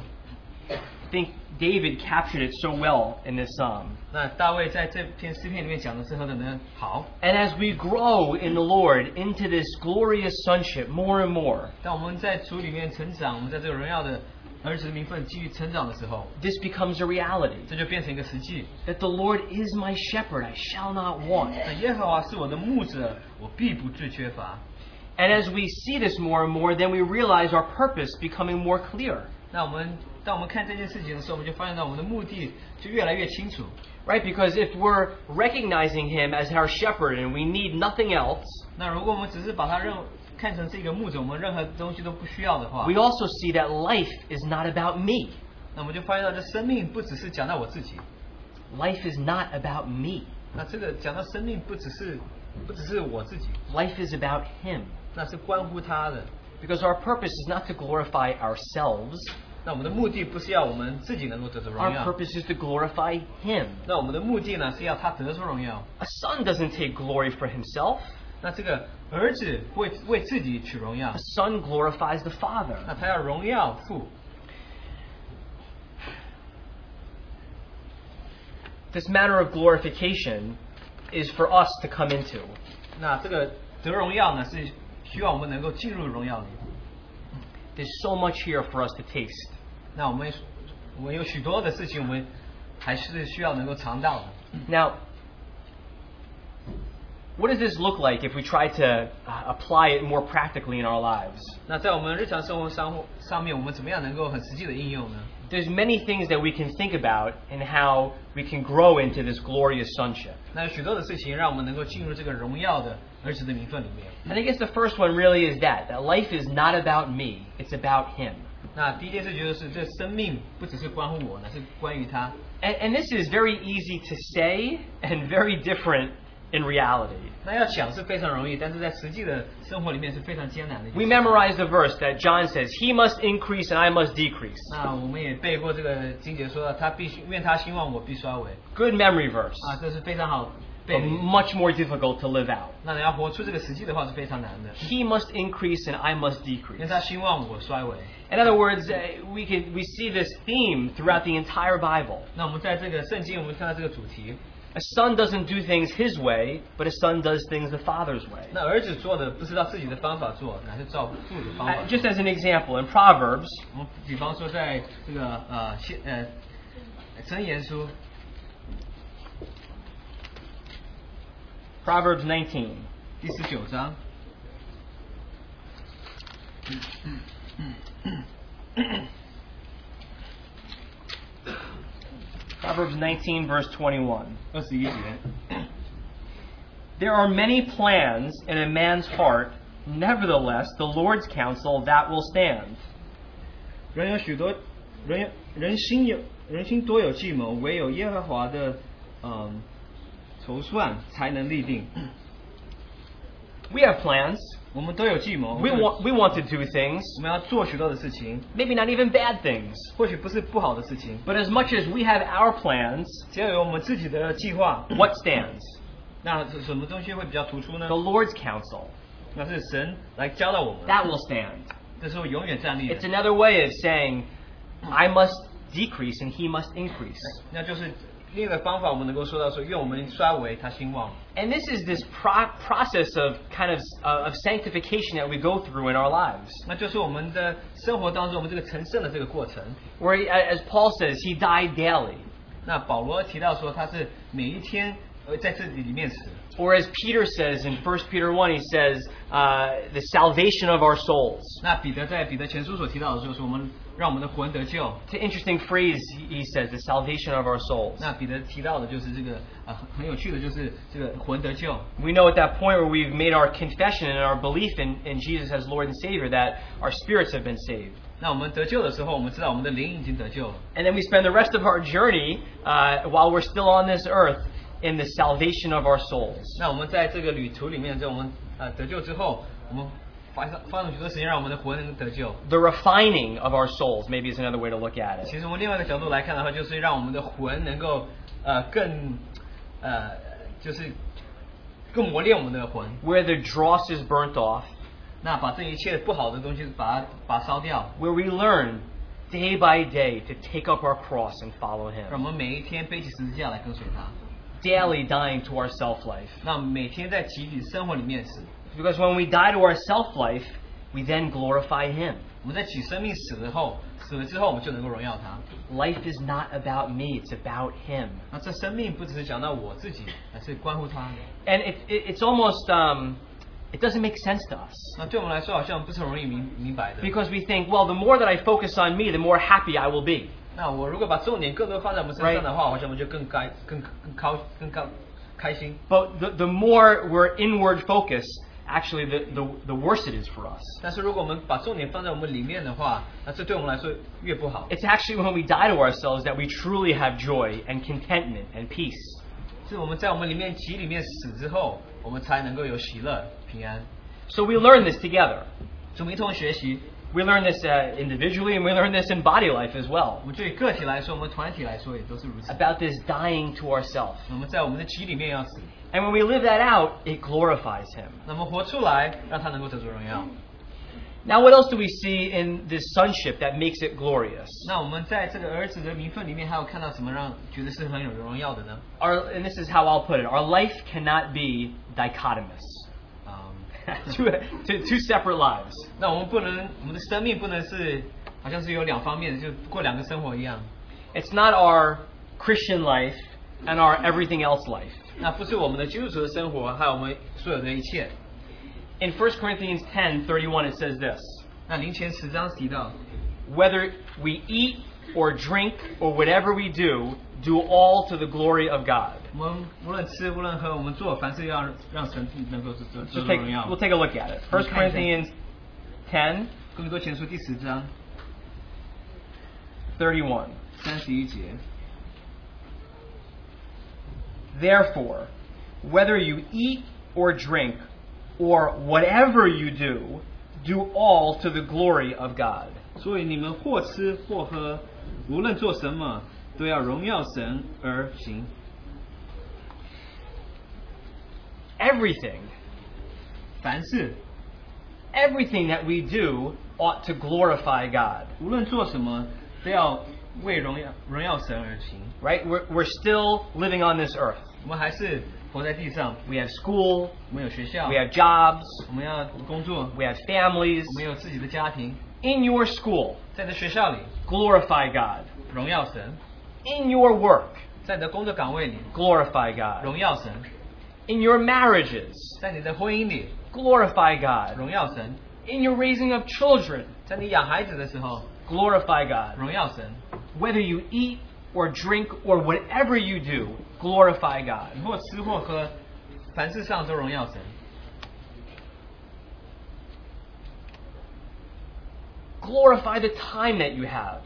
S1: I think David captured it so well in this psalm.
S2: 那大卫在这篇诗篇里面讲的是何等的好。
S1: And as we grow in the Lord into this glorious sonship more and more,
S2: 当我们在主里面成长，我们在这个荣耀的儿子的名分继续成长的时候，
S1: this becomes a reality
S2: 这就变成一个实际。
S1: that the Lord is my shepherd, I shall not want.
S2: 那耶和华是我的牧者，我必不致缺乏。
S1: And as we see this more and more, then we realize our purpose becoming more clear.
S2: 那我们当我们看这件事情的时候，我们就发现到我们的目的就越来越清楚。
S1: Right? Because if we're recognizing him as our shepherd and we need nothing else,
S2: 那如果我们只是把它认看成是一个牧者，我们任何东西都不需要的话，
S1: we also see that life is not about me.
S2: 那我们就发现到这生命不只是讲到我自己，
S1: Life is not about me.
S2: 那这个讲到生命不只是不只是我自己，
S1: Life is about him.
S2: 那是关乎他的。
S1: Because our purpose is not to glorify ourselves,
S2: 那我们的目的不是要我们自己能够得着荣
S1: our
S2: 耀，
S1: purpose is to glorify him.
S2: 那我们的目的呢是要他得出荣耀。
S1: A son doesn't take glory for himself.
S2: 那这个儿子为为自己取荣耀
S1: A，son glorifies the
S2: 那
S1: father.
S2: 他要荣耀父。
S1: This matter of glorification is for us to come into.
S2: 那这个得荣耀呢是需要我们能够进入荣耀里。
S1: There's so much here for us to taste.
S2: 那我们我们有许多的事情，我们还是需要能够尝到的。
S1: Now, what does this look like if we try to uh, apply it more practically in our lives?
S2: 那在我们日常生活上上面，我们怎么样能够很实际的应用呢？
S1: There's many things that we can think about in how we can grow into this glorious sonship.
S2: 那有许多的事情让我们能够进入这个荣耀的儿子的名分里面。
S1: And I guess the first one really is that that life is not about me, it's about him.
S2: 那第一件事情就是，这生命不只是关乎我，那是关于他。
S1: And, and this is very easy to say and very different in reality.
S2: 那要想是非常容易，但是在实际的生活里面是非常艰难的一件
S1: We
S2: 事。
S1: memorize the verse that John says, He must increase and I must decrease.
S2: 那我们也背过这个金姐说的，他必须愿他兴旺，我必衰微
S1: Good memory verse,
S2: 啊，这是非常好
S1: but
S2: 背的。
S1: much more difficult to live out.
S2: 那你要活出这个实际的话是非常难的，
S1: He must increase and I must
S2: 愿
S1: decrease.
S2: 他兴旺，我衰微。
S1: In other words, uh, we can we see this theme throughout the entire Bible.
S2: 那我们在这个圣经，我们看到这个主题，
S1: A son doesn't do things his way, but a son does things the father's way.
S2: 那儿子做的不是照自己的方法做，乃是照父的方法
S1: Uh,
S2: 做。
S1: just as an example, in Proverbs,
S2: 我们比方说，在这个呃先呃箴言书
S1: Proverbs 19,
S2: 第十九章，
S1: Proverbs 19 verse 21.
S2: 二十一节，
S1: There are many plans in a man's heart, nevertheless, the Lord's counsel that will stand.
S2: 人有许多人有人心有人心多有计谋，唯有耶和华的嗯筹算才能立定。
S1: We have plans.
S2: 我们都有计谋，我
S1: We
S2: 们
S1: want we want to do things,
S2: 我们要做许多的事情，
S1: maybe not even bad things.
S2: 或许不是不好的事情，
S1: But as much as we have our plans,
S2: 只要有我们自己的计划，
S1: what stands?
S2: 那什么东西会比较突出呢
S1: The？Lord's counsel.
S2: 那是神来教导我们，
S1: that will stand.
S2: 这是我永远站立
S1: It's
S2: 哎的。
S1: another way of saying, I must decrease and he must increase.
S2: 那就是另一个方法，我们能够说到说，愿我们衰微，他兴旺。
S1: And this is this pro- process of kind of, uh, of sanctification that we go through in our lives.
S2: 那就是我们的生活当中，我们这个成圣的这个过程。
S1: Where, he- as Paul says, he died daily.
S2: 那保罗提到说，他是每一天呃在这里里面死。
S1: Or as Peter says in 1 Peter 1, he says, uh, the salvation of our souls.
S2: 那彼得在彼得前书所提到的就是我们让我们的魂得救。
S1: It's an interesting phrase, he he says, the salvation of our souls.
S2: 那彼得提到的就是这个呃很很有趣的，就是这个魂得救。
S1: We know at that point where we've made our confession and our belief in, in Jesus as Lord and Savior that our spirits have been saved.
S2: 那我们得救的时候，我们知道我们的灵已经得救了。
S1: And then we spend the rest of our journey uh, while we're still on this earth in the salvation of our souls.
S2: 那我们在这个旅途里面，在我们呃得救之后，我们花上花上许多时间让我们的魂能得救。
S1: The refining of our souls, maybe is another way to look at it.
S2: 其实我们另外一个角度来看的话，就是让我们的魂能够呃更呃就是更磨练我们的魂，
S1: Where the dross is burnt off,
S2: 那把这一切不好的东西把它把它烧掉，
S1: where we learn day by day to take up our cross and follow
S2: 让
S1: Him.
S2: 我们每一天背起十字架来跟随他。
S1: Daily dying to our self life.
S2: 那每天在集体生活里面死，
S1: Because when we die to our self life, we then glorify Him.
S2: 我们在起生命死了后，死了之后我们就能够荣耀他。
S1: Life is not about me, it's about Him.
S2: 那这生命不只是讲到我自己，而是关乎他。
S1: And it, it, it's almost, um, it doesn't make sense to us.
S2: 那对我们来说好像不是很容易明明白的。
S1: Because we think, well, the more that I focus on me, the more happy I will be.
S2: 那我如果把重点更多放在我们身
S1: Right.
S2: 上的话，好像我们就更该更更高更高开心。
S1: But the, the more we're inward focused, actually, the, the, the worse it is for us.
S2: 但是如果我们把重点放在我们里面的话，那这对我们来说越不好。
S1: It's actually when we die to ourselves that we truly have joy and contentment and peace.
S2: 是我们在我们里面集里面死之后，我们才能够有喜乐平安。
S1: So we learn this together.
S2: 主名同学习，
S1: We learn this uh, individually and we learn this in body life as
S2: 我
S1: well
S2: 们对于个体来说，我们团体来说也都是如此。
S1: about this dying to ourself.
S2: 我们在我们的集里面要死，
S1: And when we live that out, it glorifies Him.
S2: 那么活出来，让他能够得着荣耀。
S1: Now, what else do we see in this sonship that makes it glorious?
S2: 那我们在这个儿子的名分里面，还有看到什么让觉得是很有荣耀的呢？
S1: Our, and this is how I'll put it our life cannot be dichotomous,
S2: 啊、
S1: two, two, two separate lives.
S2: 那我们不能，我们的生命不能是，好像是有两方面，就过两个生活一样。
S1: It's not our Christian life and our everything else life.
S2: 那不是我们的基督徒的生活，还有我们所有的一切。
S1: In 1 Corinthians 10 31, it says this
S2: 那林前十章提到，
S1: Whether we eat or drink or whatever we do, do all to the glory of God.
S2: 我们无论吃无论喝，我们做凡事要让神能够得得
S1: So
S2: 得
S1: take,
S2: 荣耀。
S1: we'll take a look at it. 1
S2: Okay.
S1: Corinthians 10
S2: 哥林多前书第十章
S1: 31.
S2: 三十一节，
S1: Therefore, whether you eat or drink, or whatever you do, do all to the glory of God.
S2: 所以你们或吃或喝，无论做什么，都要荣耀神而行。
S1: Everything,
S2: 凡事
S1: everything that we do ought to glorify God.
S2: 无论做什么，都要为荣耀荣耀神而行。
S1: Right? We're, we're still living on this earth.
S2: 我们还是活在地上，
S1: We have school,
S2: 我们有学校
S1: we，have jobs,
S2: 我们要工作，
S1: we have families.
S2: 我们有自己的家庭，
S1: In your school,
S2: 在这学校里
S1: glorify God.
S2: 荣耀神，
S1: In your work,
S2: 在你的工作岗位里
S1: glorify God.
S2: 荣耀神，
S1: In your marriages,
S2: 在你的婚姻里
S1: glorify God.
S2: 荣耀神，
S1: In your raising of children,
S2: 在你养孩子的时候
S1: glorify God.
S2: 荣耀神，
S1: Whether you eat or drink or whatever you do, glorify
S2: 你
S1: God.
S2: 或吃或喝，凡事上都荣耀神。
S1: Glorify the time that you have.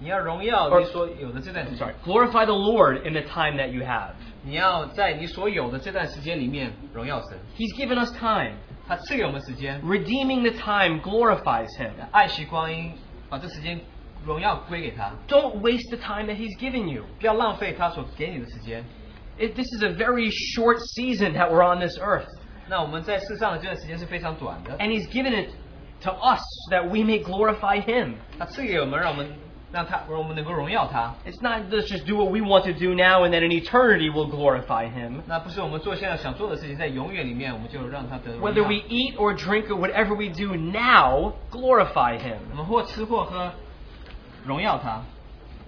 S2: 你要荣耀
S1: Or-
S2: 你所有的这段时间
S1: Oh, Sorry, glorify the Lord in the time that you have.
S2: 你要在你所有的这段时间里面荣耀神。
S1: He's given us time.
S2: 他赐给我们时间，
S1: Redeeming the time glorifies Him.
S2: 爱惜光阴，把这时间荣耀归给他，
S1: Don't waste the time that He's given you.
S2: 不要浪费他所给你的时间。
S1: It, this is a very short season that we're on this earth.
S2: 那我们在世上的这段时间是非常短的，
S1: and He's given it to us that we may glorify Him.
S2: 他赐给我们，让我们让他让我们能够荣耀他。
S1: It's not let's just do what we want to do now and then in eternity we'll glorify Him.
S2: 那不是我们做现在想做的事情，在永远里面，我们就让他得荣
S1: Whether
S2: 耀。
S1: we eat or drink or whatever we do now, glorify
S2: 我
S1: Him.
S2: 们或吃或喝，荣耀他。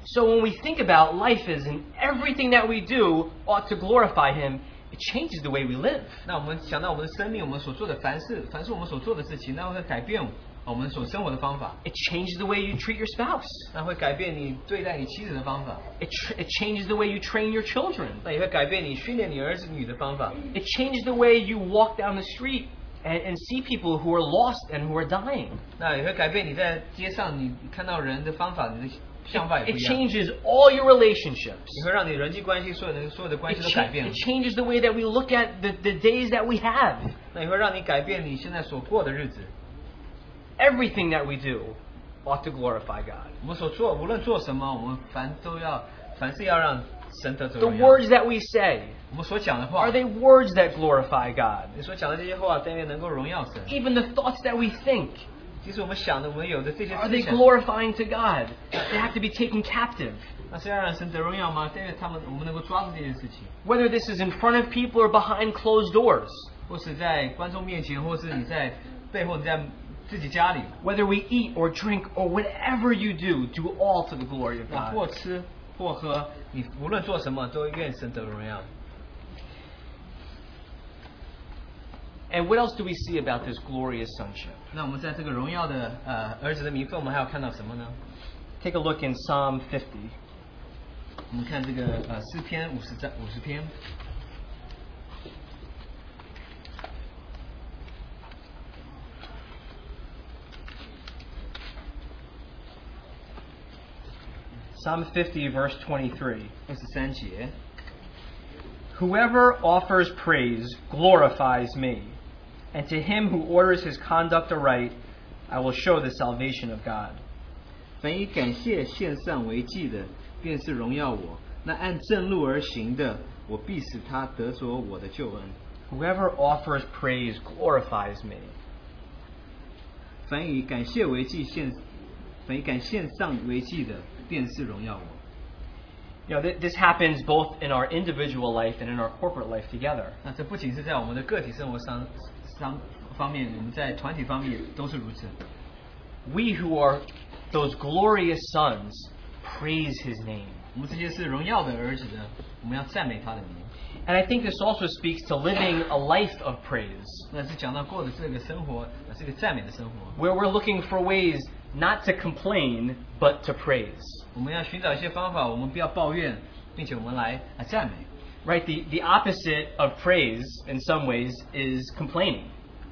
S1: So when we think about life is and everything that we do ought to glorify Him, it changes the way we live.
S2: 那我们想到我们的生命，我们所做的凡事，凡是我们所做的事情，那会改变我们所生活的方法，
S1: It changes the way you treat your spouse.
S2: 那会改变你对待你妻子的方法，
S1: It, tr- it changes the way you train your children.
S2: 那也会改变你训练你儿子女的方法，
S1: It changes the way you walk down the street and, and see people who are lost and who are dying.
S2: 那也会改变你在街上你看到人的方法，你的想法也
S1: It
S2: 不一样。
S1: changes all your relationships.
S2: 你会让你人际关系所有的所有的关
S1: It,
S2: 系都
S1: cha-
S2: 改变
S1: it，changes the way that we look at the, the days that we have.
S2: 那也会让你改变你现在所过的日子。
S1: Everything that we do ought to glorify God.
S2: 我们所做无论做什么，我们凡都要凡事要让神得着
S1: The
S2: 荣耀。
S1: words that we say,
S2: 我们所讲的话
S1: are，they words that glorify God?
S2: 你所讲的这些话，但愿能够荣耀神。
S1: Even the thoughts that we think,
S2: 即使我们想的，我们有的这些
S1: are
S2: 思
S1: they
S2: 想，
S1: glorifying to God? They have to be taken captive.
S2: 那是要让神得荣耀吗？但愿他们我们能够抓住这件事情，
S1: Whether this is in front of people or behind closed doors,
S2: 或是在观众面前，或是你在背后，你在自己家里，
S1: whether we eat or drink or whatever you do, do all to the glory of
S2: 那或
S1: God.
S2: 吃或喝，你无论做什么，都愿神得荣耀。
S1: And what else do we see about this glorious sonship?
S2: 那我们在这个荣耀的呃儿子的名分，我们还要看到什么呢？
S1: Take a look in Psalm 50.
S2: 我们看这个呃诗篇五十章五十篇，
S1: Psalm 50, verse 23.
S2: 二十三节。
S1: Whoever offers praise glorifies me, and to him who orders his conduct aright, I will show the salvation of God.
S2: 凡以感谢献上为祭的，便是荣耀我；那按正路而行的，我必使他得着我的救恩。
S1: Whoever offers praise glorifies me.
S2: 凡以感谢为祭献，凡以感谢上为祭的，便是荣耀我。
S1: You know, th- this happens both in our individual life and in our corporate life together.
S2: 那这不仅是在我们的个体生活上上方面，我们在团体方面都是如此。
S1: We who are those glorious sons praise his name.
S2: 我们这些是荣耀的儿子呢，我们要赞美他的名。
S1: And I think this also speaks to living a life of praise,
S2: 那是讲到过的这个生活，呃是个赞美的生活。
S1: where we're looking for ways not to complain, but to praise.
S2: 我们要寻找一些方法，我们不要抱怨，并且我们来啊赞美。
S1: Right, the, the opposite of praise in some ways is complaining.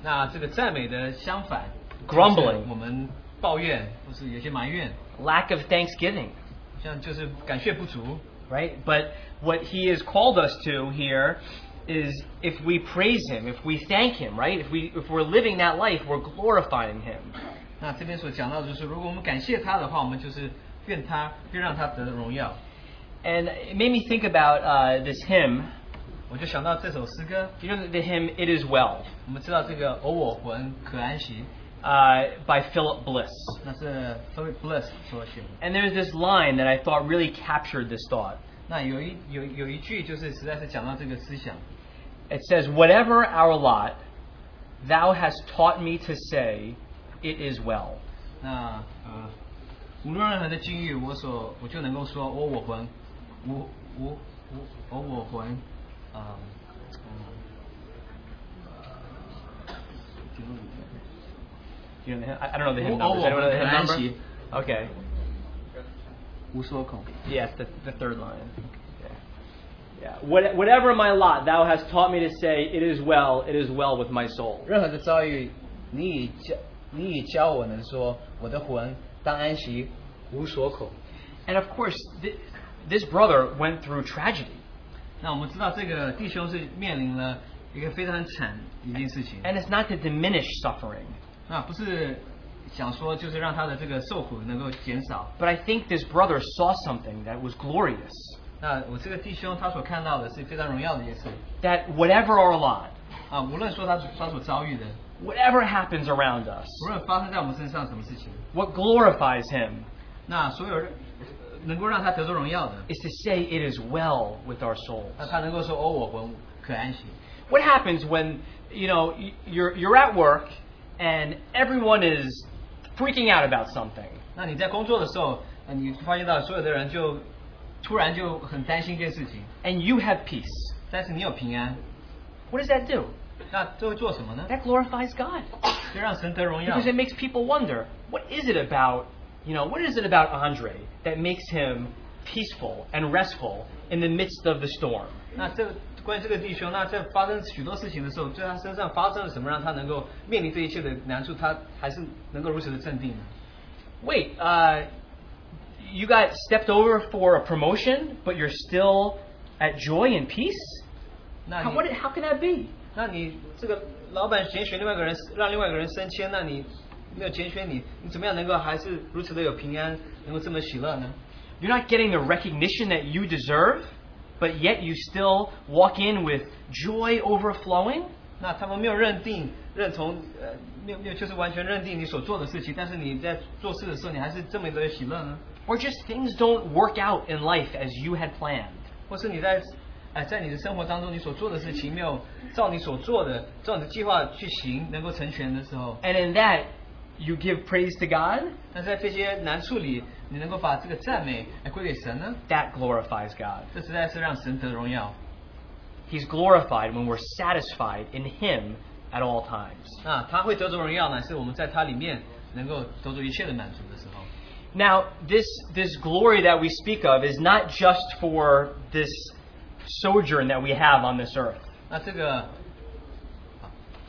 S2: 那这个赞美的相反
S1: Grumbling
S2: 就是我们抱怨或是有些埋怨，
S1: lack of thanksgiving,
S2: 像就是感谢不足。
S1: right? But what he has called us to here is if we praise him, if we thank him, right? If we if we're living that life, we're glorifying him.
S2: 那这边所讲到的就是，如果我们感谢他的话，我们就是愿他，愿让他得荣耀。
S1: And it made me think about uh, this hymn.
S2: 我就想到这首诗歌，
S1: You know the, the hymn "It Is Well"
S2: 我们知道这个“偶我魂可安息
S1: uh, by Philip Bliss, ”，
S2: 那是 Philip Bliss 所写的。
S1: and there's this line that I thought really captured this thought.
S2: 那有一有有一句就是实在是讲到这个思想，
S1: It says, Whatever our lot, thou hast taught me to say, It is well.
S2: 那呃，无论任何的境遇，我所我就能够说，我我魂，无无无，我我魂，啊、嗯，
S1: You know the hymn? I, I don't know the hymn
S2: Oh,
S1: number. Does anyone know the hymn
S2: oh,
S1: number? Okay.
S2: 无所恐。
S1: Yes, the, the third line. Yeah. Yeah. What, whatever my lot, thou hast taught me to say, It is well, it is well with my soul.
S2: 任何的遭遇，你已教你已教我能说，我的魂当安息，无所恐。
S1: And of course, th- this brother went through tragedy.
S2: 那我们知道这个弟兄是面临了一个非常惨一件事情，
S1: And it's not to diminish suffering,
S2: 那不是想说就是让他的这个受苦能够减少，
S1: but I think this brother saw something that was glorious.
S2: 那我这个弟兄他所看到的是非常荣耀的一件事，
S1: That whatever our lot,
S2: 啊，无论说他他所遭遇的，
S1: Whatever happens around us,
S2: 无论发生在我们身上什么事情，
S1: what glorifies Him
S2: 那所有人呃能够让他得着荣耀的，
S1: is to say it is well with our souls.
S2: 那他能够说哦，我魂可安息。
S1: What happens when you know y- you're you're at work and everyone is freaking out about something?
S2: 那你在工作的时候，呃你发现到所有的人就突然就很担心一件事情，
S1: and you have peace.
S2: 但是你有平安，
S1: What does that do?
S2: 那这会做什么呢？
S1: That glorifies God
S2: 就让神得荣耀
S1: because。it makes people wonder what is it about, you know, what is it about Andre that makes him peaceful and restful in the midst of the storm?
S2: 那这个关于这个弟兄，那在发生许多事情的时候，在他身上发生了什么，让他能够面临这一切的难处，他还是能够如此的镇定呢？
S1: Wait, uh, you got stepped over for a promotion, but you're still at joy and peace?
S2: 那
S1: How, what,
S2: 你，
S1: how can that be?
S2: 那你这个老板拣选另外一个人，让另外一个人升迁，那你没有拣选你，你怎么样能够还是如此的有平安，能够这么喜乐呢？
S1: You're not getting the recognition that you deserve, but yet you still walk in with joy overflowing?
S2: 那他们没有认定、认同，呃，没有没有，就是完全认定你所做的事情，但是你在做事的时候，你还是这么的喜乐呢？
S1: or just things don't work out in life as you had planned.
S2: 或是你在，哎，在你的生活当中，你所做的事情没有照你所做的、照你的计划去行，能够成全的时候，
S1: And in that, you give praise to God,
S2: 但是在这些难处里，你能够把这个赞美哎归给神呢？
S1: that glorifies God.
S2: 这实在是让神得荣耀。
S1: He's glorified when we're satisfied in Him at all times.
S2: 那啊他会得着荣耀呢，是我们在他里面能够得着一切的满足的时候。
S1: Now, this, this glory that we speak of is not just for this sojourn that we have on this earth,
S2: 那这个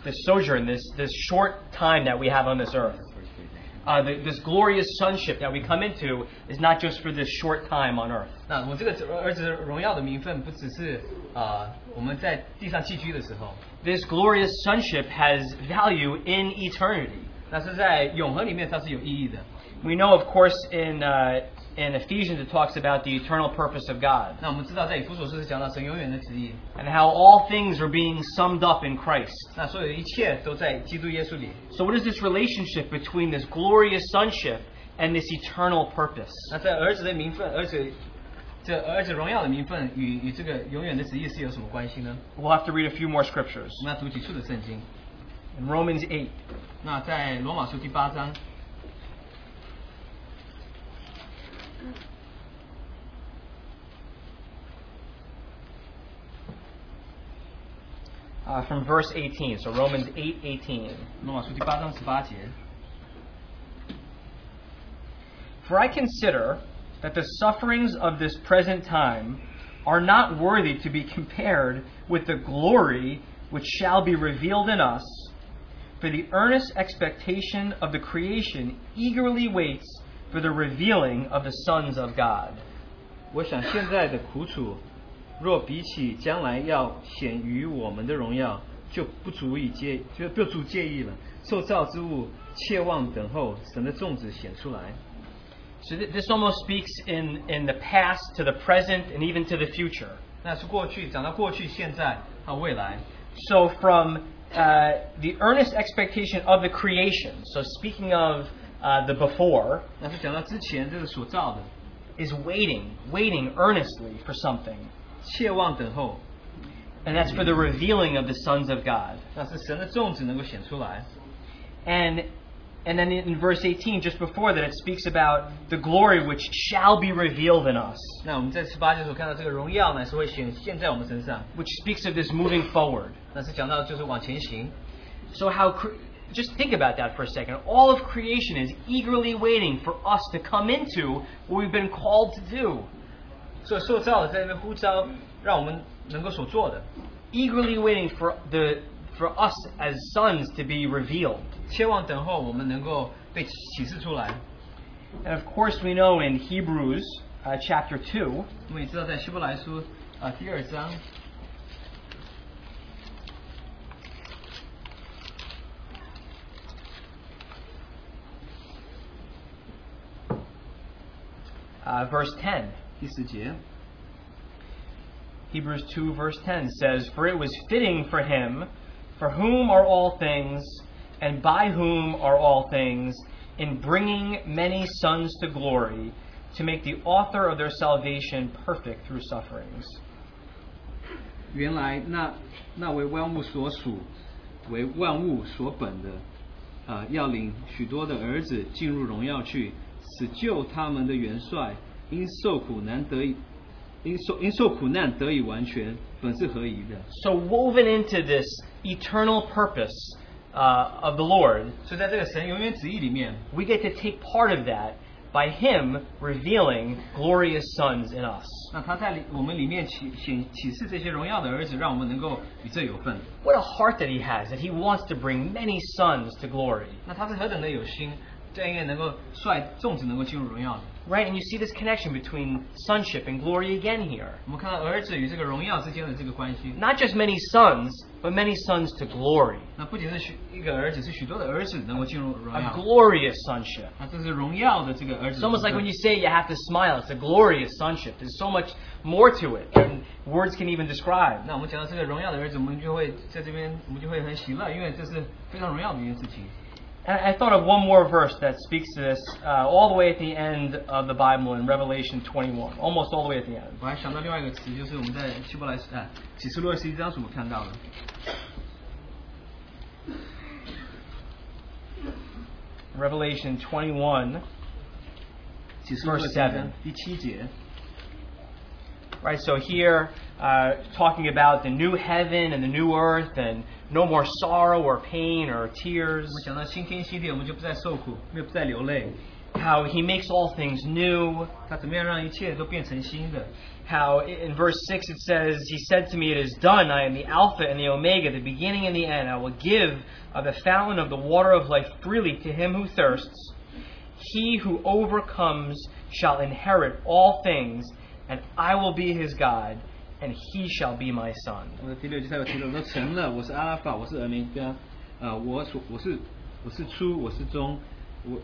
S1: this sojourn, this, this short time that we have on this earth. Uh, the, this glorious sonship that we come into is not just for this short time on earth.
S2: 那我这个儿子荣耀的名分，不只是啊、呃我们在地上寄居的时候，
S1: This glorious sonship has value in eternity.
S2: 那是在永恒里面它是有意义的。
S1: We know, of course, in, uh, in Ephesians it talks about the eternal purpose of God
S2: 那我们知道，在以弗所书是讲到神永远的旨意，
S1: and how all things are being summed up in Christ.
S2: 那所有的一切都在基督耶稣里。
S1: So, what is this relationship between this glorious sonship and this eternal purpose?
S2: 那在儿子的名分，儿子这儿子荣耀的名分与与这个永远的旨意是有什么关系呢？
S1: We'll have to read a few more scriptures.
S2: 我们要读几处的圣经。
S1: In Romans 8,
S2: 那在罗马书第八章，
S1: uh, from verse 18, so Romans 8 18.
S2: 罗马书第八章十八节，
S1: For I consider that the sufferings of this present time are not worthy to be compared with the glory which shall be revealed in us. For the earnest expectation of the creation eagerly waits for the revealing of the sons of God.
S2: 我想现在的苦楚，若比起将来要显于我们的荣耀，就不足以介，就不足介意了。受造之物切望等候神的种子显出来。
S1: So th- this almost speaks in, in the past to the present and even to the future.
S2: 那是过去，讲到过去、现在和未来。
S1: So from uh, the earnest expectation of the creation, so speaking of uh, the before,
S2: 那是讲到之前这个所造的，
S1: is waiting, waiting earnestly for something.
S2: 切望等候，
S1: And that's for the revealing of the sons of God.
S2: 那是神的种子能够显出来。
S1: And and then in verse 18, just before that, it speaks about the glory which shall be revealed in us,
S2: 那我们在十八节所看到这个荣耀呢，是会显现在我们身上。
S1: which speaks of this moving forward.
S2: 那是讲到就是往前行。
S1: So how cre- just think about that for a second. All of creation is eagerly waiting for us to come into what we've been called to do,
S2: 所以受造的在那边呼召，让我们能够所做的，
S1: eagerly waiting for the for us as sons to be revealed.
S2: 切望等候我们能够被启示出来。
S1: And of course, we know in Hebrews uh, chapter 2,
S2: 我们也知道在希伯来书啊、呃第二章，
S1: uh, verse 10.
S2: 第十节，
S1: Hebrews 2, verse 10 says, For it was fitting for him for whom are all things, and by whom are all things, in bringing many sons to glory, to make the author of their salvation perfect through sufferings.
S2: 原来那那为万物所属、为万物所本的，呃，要领许多的儿子进入荣耀去，使救他们的元帅因受苦难得以，因受因受苦难得以完全，本是合宜的。
S1: So, woven into this eternal purpose uh, of the Lord,
S2: 所以在这个神永远旨意里面，
S1: we get to take part of that by Him revealing glorious sons in us.
S2: 那他在里我们里面启显启示这些荣耀的儿子，让我们能够与这有份。
S1: What a heart that He has, that He wants to bring many sons to glory.
S2: 那他是何等的有心，这样应该能够率众子能够进入荣耀的。
S1: Right? And you see this connection between sonship and glory again here.
S2: 我们看到儿子与这个荣耀之间的这个关系，
S1: Not just many sons, but many sons to glory.
S2: 那不仅是许一个儿子，是许多的儿子能够进入荣
S1: A
S2: 耀。
S1: glorious sonship.
S2: 那这是荣耀的这个儿子
S1: It's。almost like when you say you have to smile, it's a glorious sonship. There's so much more to it than words can even describe.
S2: 那我们讲到这个荣耀的儿子，我们就会在这边，我们就会很喜乐，因为这是非常荣耀的一件事情。
S1: And I thought of one more verse that speaks to this uh, all the way at the end of the Bible in Revelation 21, almost all the way at the end.
S2: 我还想到另外一个词，就是我们在希伯来啊启示录二十一章所看到的。
S1: Revelation 21,
S2: 启示录二十一
S1: Verse
S2: 章
S1: seven
S2: 第七节，
S1: Right, so here, uh, talking about the new heaven and the new earth, and no more sorrow or pain or tears.
S2: 我们讲到新天新地，我们就不再受苦，也不再流泪。
S1: How he makes all things new.
S2: 他怎么样让一切都变成新的？
S1: How i- in verse 6 it says, He said to me, It is done. I am the Alpha and the Omega, the beginning and the end. I will give of the fountain of the water of life freely to him who thirsts. He who overcomes shall inherit all things, and I will be his God, and he shall be my son.
S2: 我的第六节他有提到，我说成了，我是阿拉法，我是俄梅加，呃，我所我是我是出，我是终，我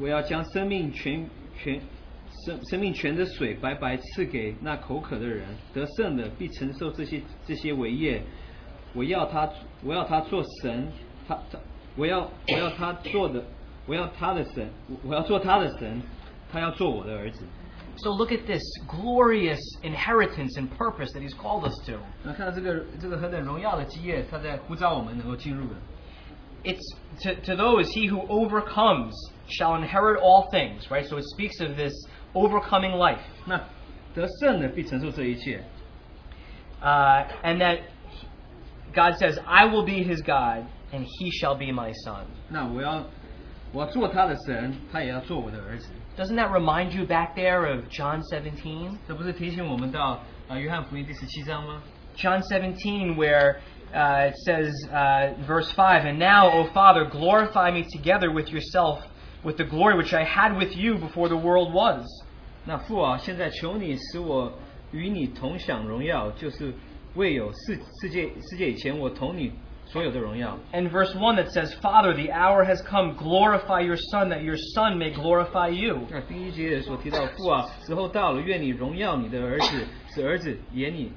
S2: 我要将生命泉泉生生命泉的水白白赐给那口渴的人，得胜的必承受这些这些伟业。我要他我要他做神，他他我要我要他做的，我要他的神，我我要做他的神，他要做我的儿子。
S1: So look at this glorious inheritance and purpose that he's called us to.
S2: 那看到这个这个何等荣耀的基业，他在呼召我们能够进入的。
S1: It's to, to those he who overcomes shall inherit all things, right? So it speaks of this overcoming life.
S2: 那得胜的必承受这一切。
S1: Uh, and that God says, I will be his God, and he shall be my son.
S2: 那我要我要做他的神，他也要做我的儿子。
S1: Doesn't that remind you back there of John 17?
S2: 这不是提醒我们到呃约翰福音第十七章吗？
S1: John 17, where uh, it says, uh, verse 5, And now, O Father, glorify me together with yourself, with the glory which I had with you before the world was.
S2: 那父啊，现在求你使我与你同享荣耀，就是未有世世界世界以前我同你所有的荣耀。
S1: And verse 1 that says, Father, the hour has come, glorify your Son, that your Son may glorify you.
S2: 那第一节也所提到父啊，时候到了，愿你荣耀你的儿子，使儿子也你，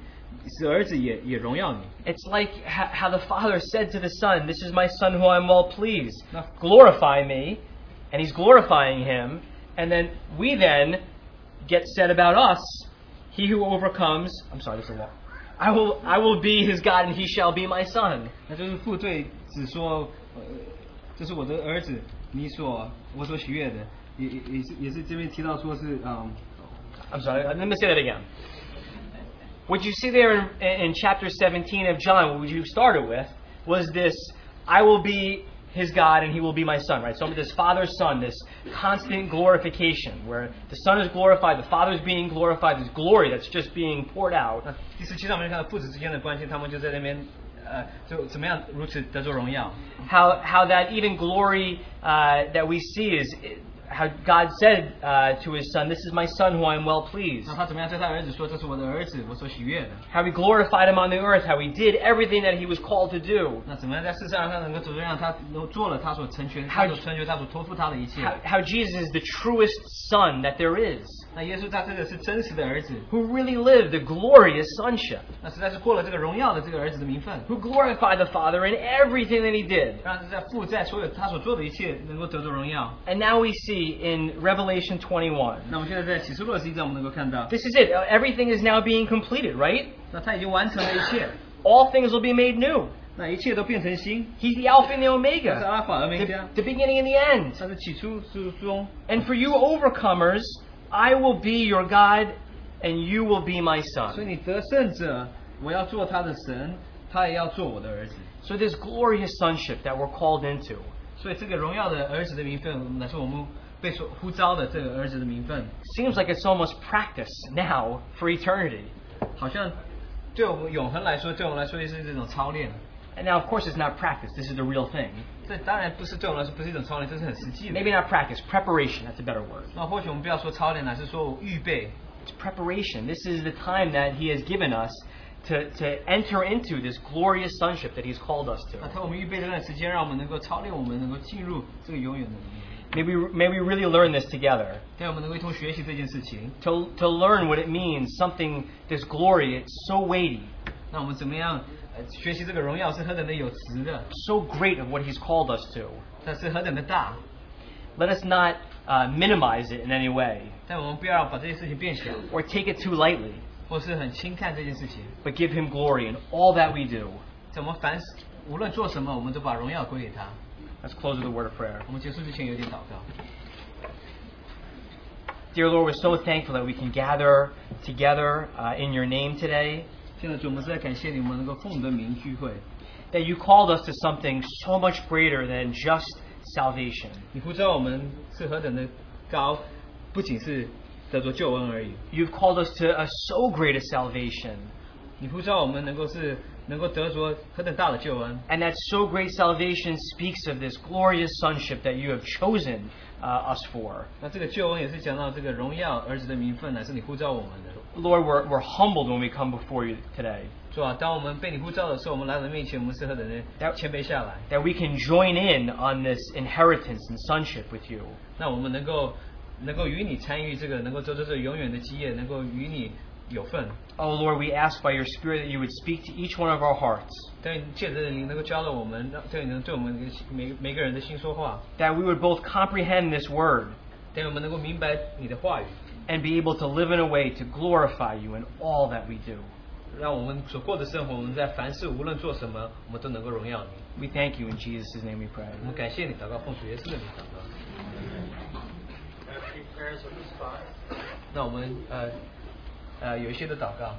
S2: 使儿子也也荣耀你。
S1: It's like ha- how the Father said to the Son, This is my Son who I am well pleased.
S2: No.
S1: Glorify me. And he's glorifying him. And then we then get said about us, He who overcomes, I'm sorry, this is a lot. I will, I will be his God and he shall be my son.
S2: 那就是父对子说，呃，这是我的儿子，你所我所喜悦的，也也也是也是这边提到说是，嗯，
S1: I'm sorry, let me say that again. What you see there in, in chapter 17 of John, what you started with, was this I will be his God and he will be my son, right? So this father son, this constant glorification, where the son is glorified, the father is being glorified, there's glory that's just being poured
S2: 那
S1: out.
S2: 第十七章我们就看到父子之间的关系，他们就在那边，呃，就怎么样如此得着荣耀。
S1: How, how that even glory uh, that we see is how God said uh, to his son, This is my son who I am well pleased.
S2: 那他怎么样对他儿子说，这是我的儿子，我所喜悦的。
S1: How he glorified him on the earth, how he did everything that he was called to do.
S2: 那怎么样在世上让他能够怎么样，他都做了他所成全、
S1: How-
S2: 他所成全、他所托付他的一切。
S1: how, how Jesus is the truest son that there is.
S2: 那那耶稣他这个是真实的儿子，
S1: who really lived a glorious sonship,
S2: 那实在是过了这个荣耀的这个儿子的名分，
S1: who glorified the Father in everything that he did.
S2: 让这在父在所有他所做的一切能够得着荣耀。
S1: And now we see in Revelation 21.
S2: 那我们现在在启示录的第一章，我们能够看到，
S1: This is it. Uh, Everything is now being completed, right?
S2: 那他已经完成了一切，
S1: All things will be made new.
S2: 那一切都变成新，
S1: He's the Alpha and the
S2: 他是
S1: Omega,
S2: 阿拉法和梅
S1: the,
S2: 加，
S1: the beginning and the end.
S2: 他是起初是终。
S1: And for you overcomers, I will be your God, and you will be my
S2: 所以
S1: son.
S2: 你得胜者，我要做他的神，他也要做我的儿子。
S1: So this glorious sonship that we're called into
S2: 所以这个荣耀的儿子的名分，乃是我们被所呼召的这个儿子的名分，
S1: seems like it's almost practice now for eternity.
S2: 好像对我们永恒来说，对我们来说也是这种操练。
S1: And now, of course, it's not practice. This is the real thing.
S2: 这当然不是对我们来说不是一种操练，这是很实际的。
S1: Maybe not practice, preparation. That's a better word.
S2: 那或许我们不要说操练，乃是说我预备。
S1: It's preparation. This is the time that He has given us to, to enter into this glorious sonship that He's called us
S2: 那
S1: to.
S2: 他我们预备这段时间，让我们能够操练，我们能够进入这个永远的里面。
S1: May we, may we really learn this together,
S2: 让我们能够一同学习这件事情。
S1: to, to learn what it means, something, this glory, it's so weighty,
S2: 那我们怎么样呃学习这个荣耀是何等的有值的，
S1: so great of what He's called us to.
S2: 它是何等的大。
S1: Let us not uh, minimize it in any way
S2: 但我们不要把这件事情变小，
S1: or take it too lightly,
S2: 或是很轻看这件事情。
S1: but give Him glory in all that we do.
S2: 怎么凡事无论做什么，我们都把荣耀归给他。
S1: Let's close with a word of prayer.
S2: 我们结束之前有点祷告。
S1: Dear Lord, we're so thankful that we can gather together uh, in your name today,
S2: 现在主，我们是在感谢你，我们能够奉你的名聚会。
S1: that you called us to something so much greater than just salvation.
S2: 你呼召我们是何等的高，不仅是得着救恩而已。
S1: You've called us to a so great a salvation,
S2: 你呼召我们能够是能够得着何等大的救恩，
S1: and that so great salvation speaks of this glorious sonship that you have chosen uh, us for.
S2: 那这个救恩也是讲到这个荣耀儿子的名分，乃是你呼召我们的。
S1: Lord, we're, we're humbled when we come before you today,
S2: 是吧？啊当我们被你呼召的时候，我们来到你面前，我们是何等的
S1: That-
S2: 谦卑下来。
S1: that we can join in on this inheritance and sonship with you.
S2: 那我们能够能够与你参与这个，能够得到这永远的基业，能够与你有份。
S1: Oh Lord, we ask by your Spirit that you would speak to each one of our hearts.
S2: 对，借着你能够教导我们，让对你能对我们每每个人的心说话，
S1: that we would both comprehend this word
S2: 对我们能够明白你的话语，
S1: and be able to live in a way to glorify you in all that we do.
S2: 让我们所过的生活，我们在凡事无论做什么，我们都能够荣耀你。
S1: We thank you in Jesus' name we pray.
S2: 我们感谢你，祷告奉主耶稣的名祷告。那我们呃呃有一些的祷告。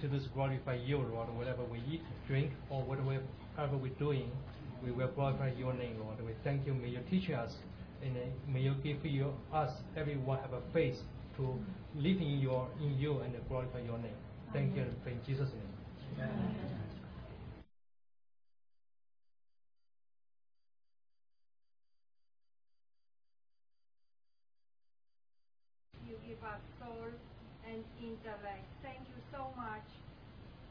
S3: to this glorify your Lord, whatever we eat, drink, or whatever we're doing, we will glorify your name, Lord. We thank you. May you teach us, and uh, may you give you, us everyone have a faith to live in your in you and glorify your name. Thank you and pray in Jesus' name.
S4: You give us soul and intellect. Thank you so much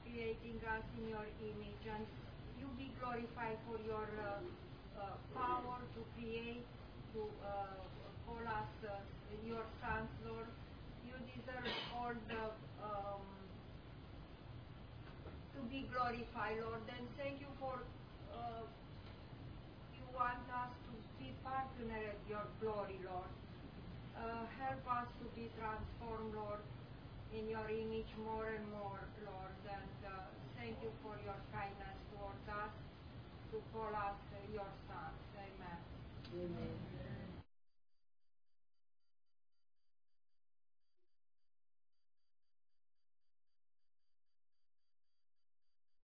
S4: creating us in your image and you be glorified for your uh, uh, power to create, to uh, call us uh, your sons, Lord. You deserve all the um, to be glorified, Lord. And thank you for uh, you want us to be partner at your glory, Lord. Uh, help us to be transformed, Lord, in your image more and more, Lord. And uh, thank you for your kindness towards us, to call us uh, your sons. Amen.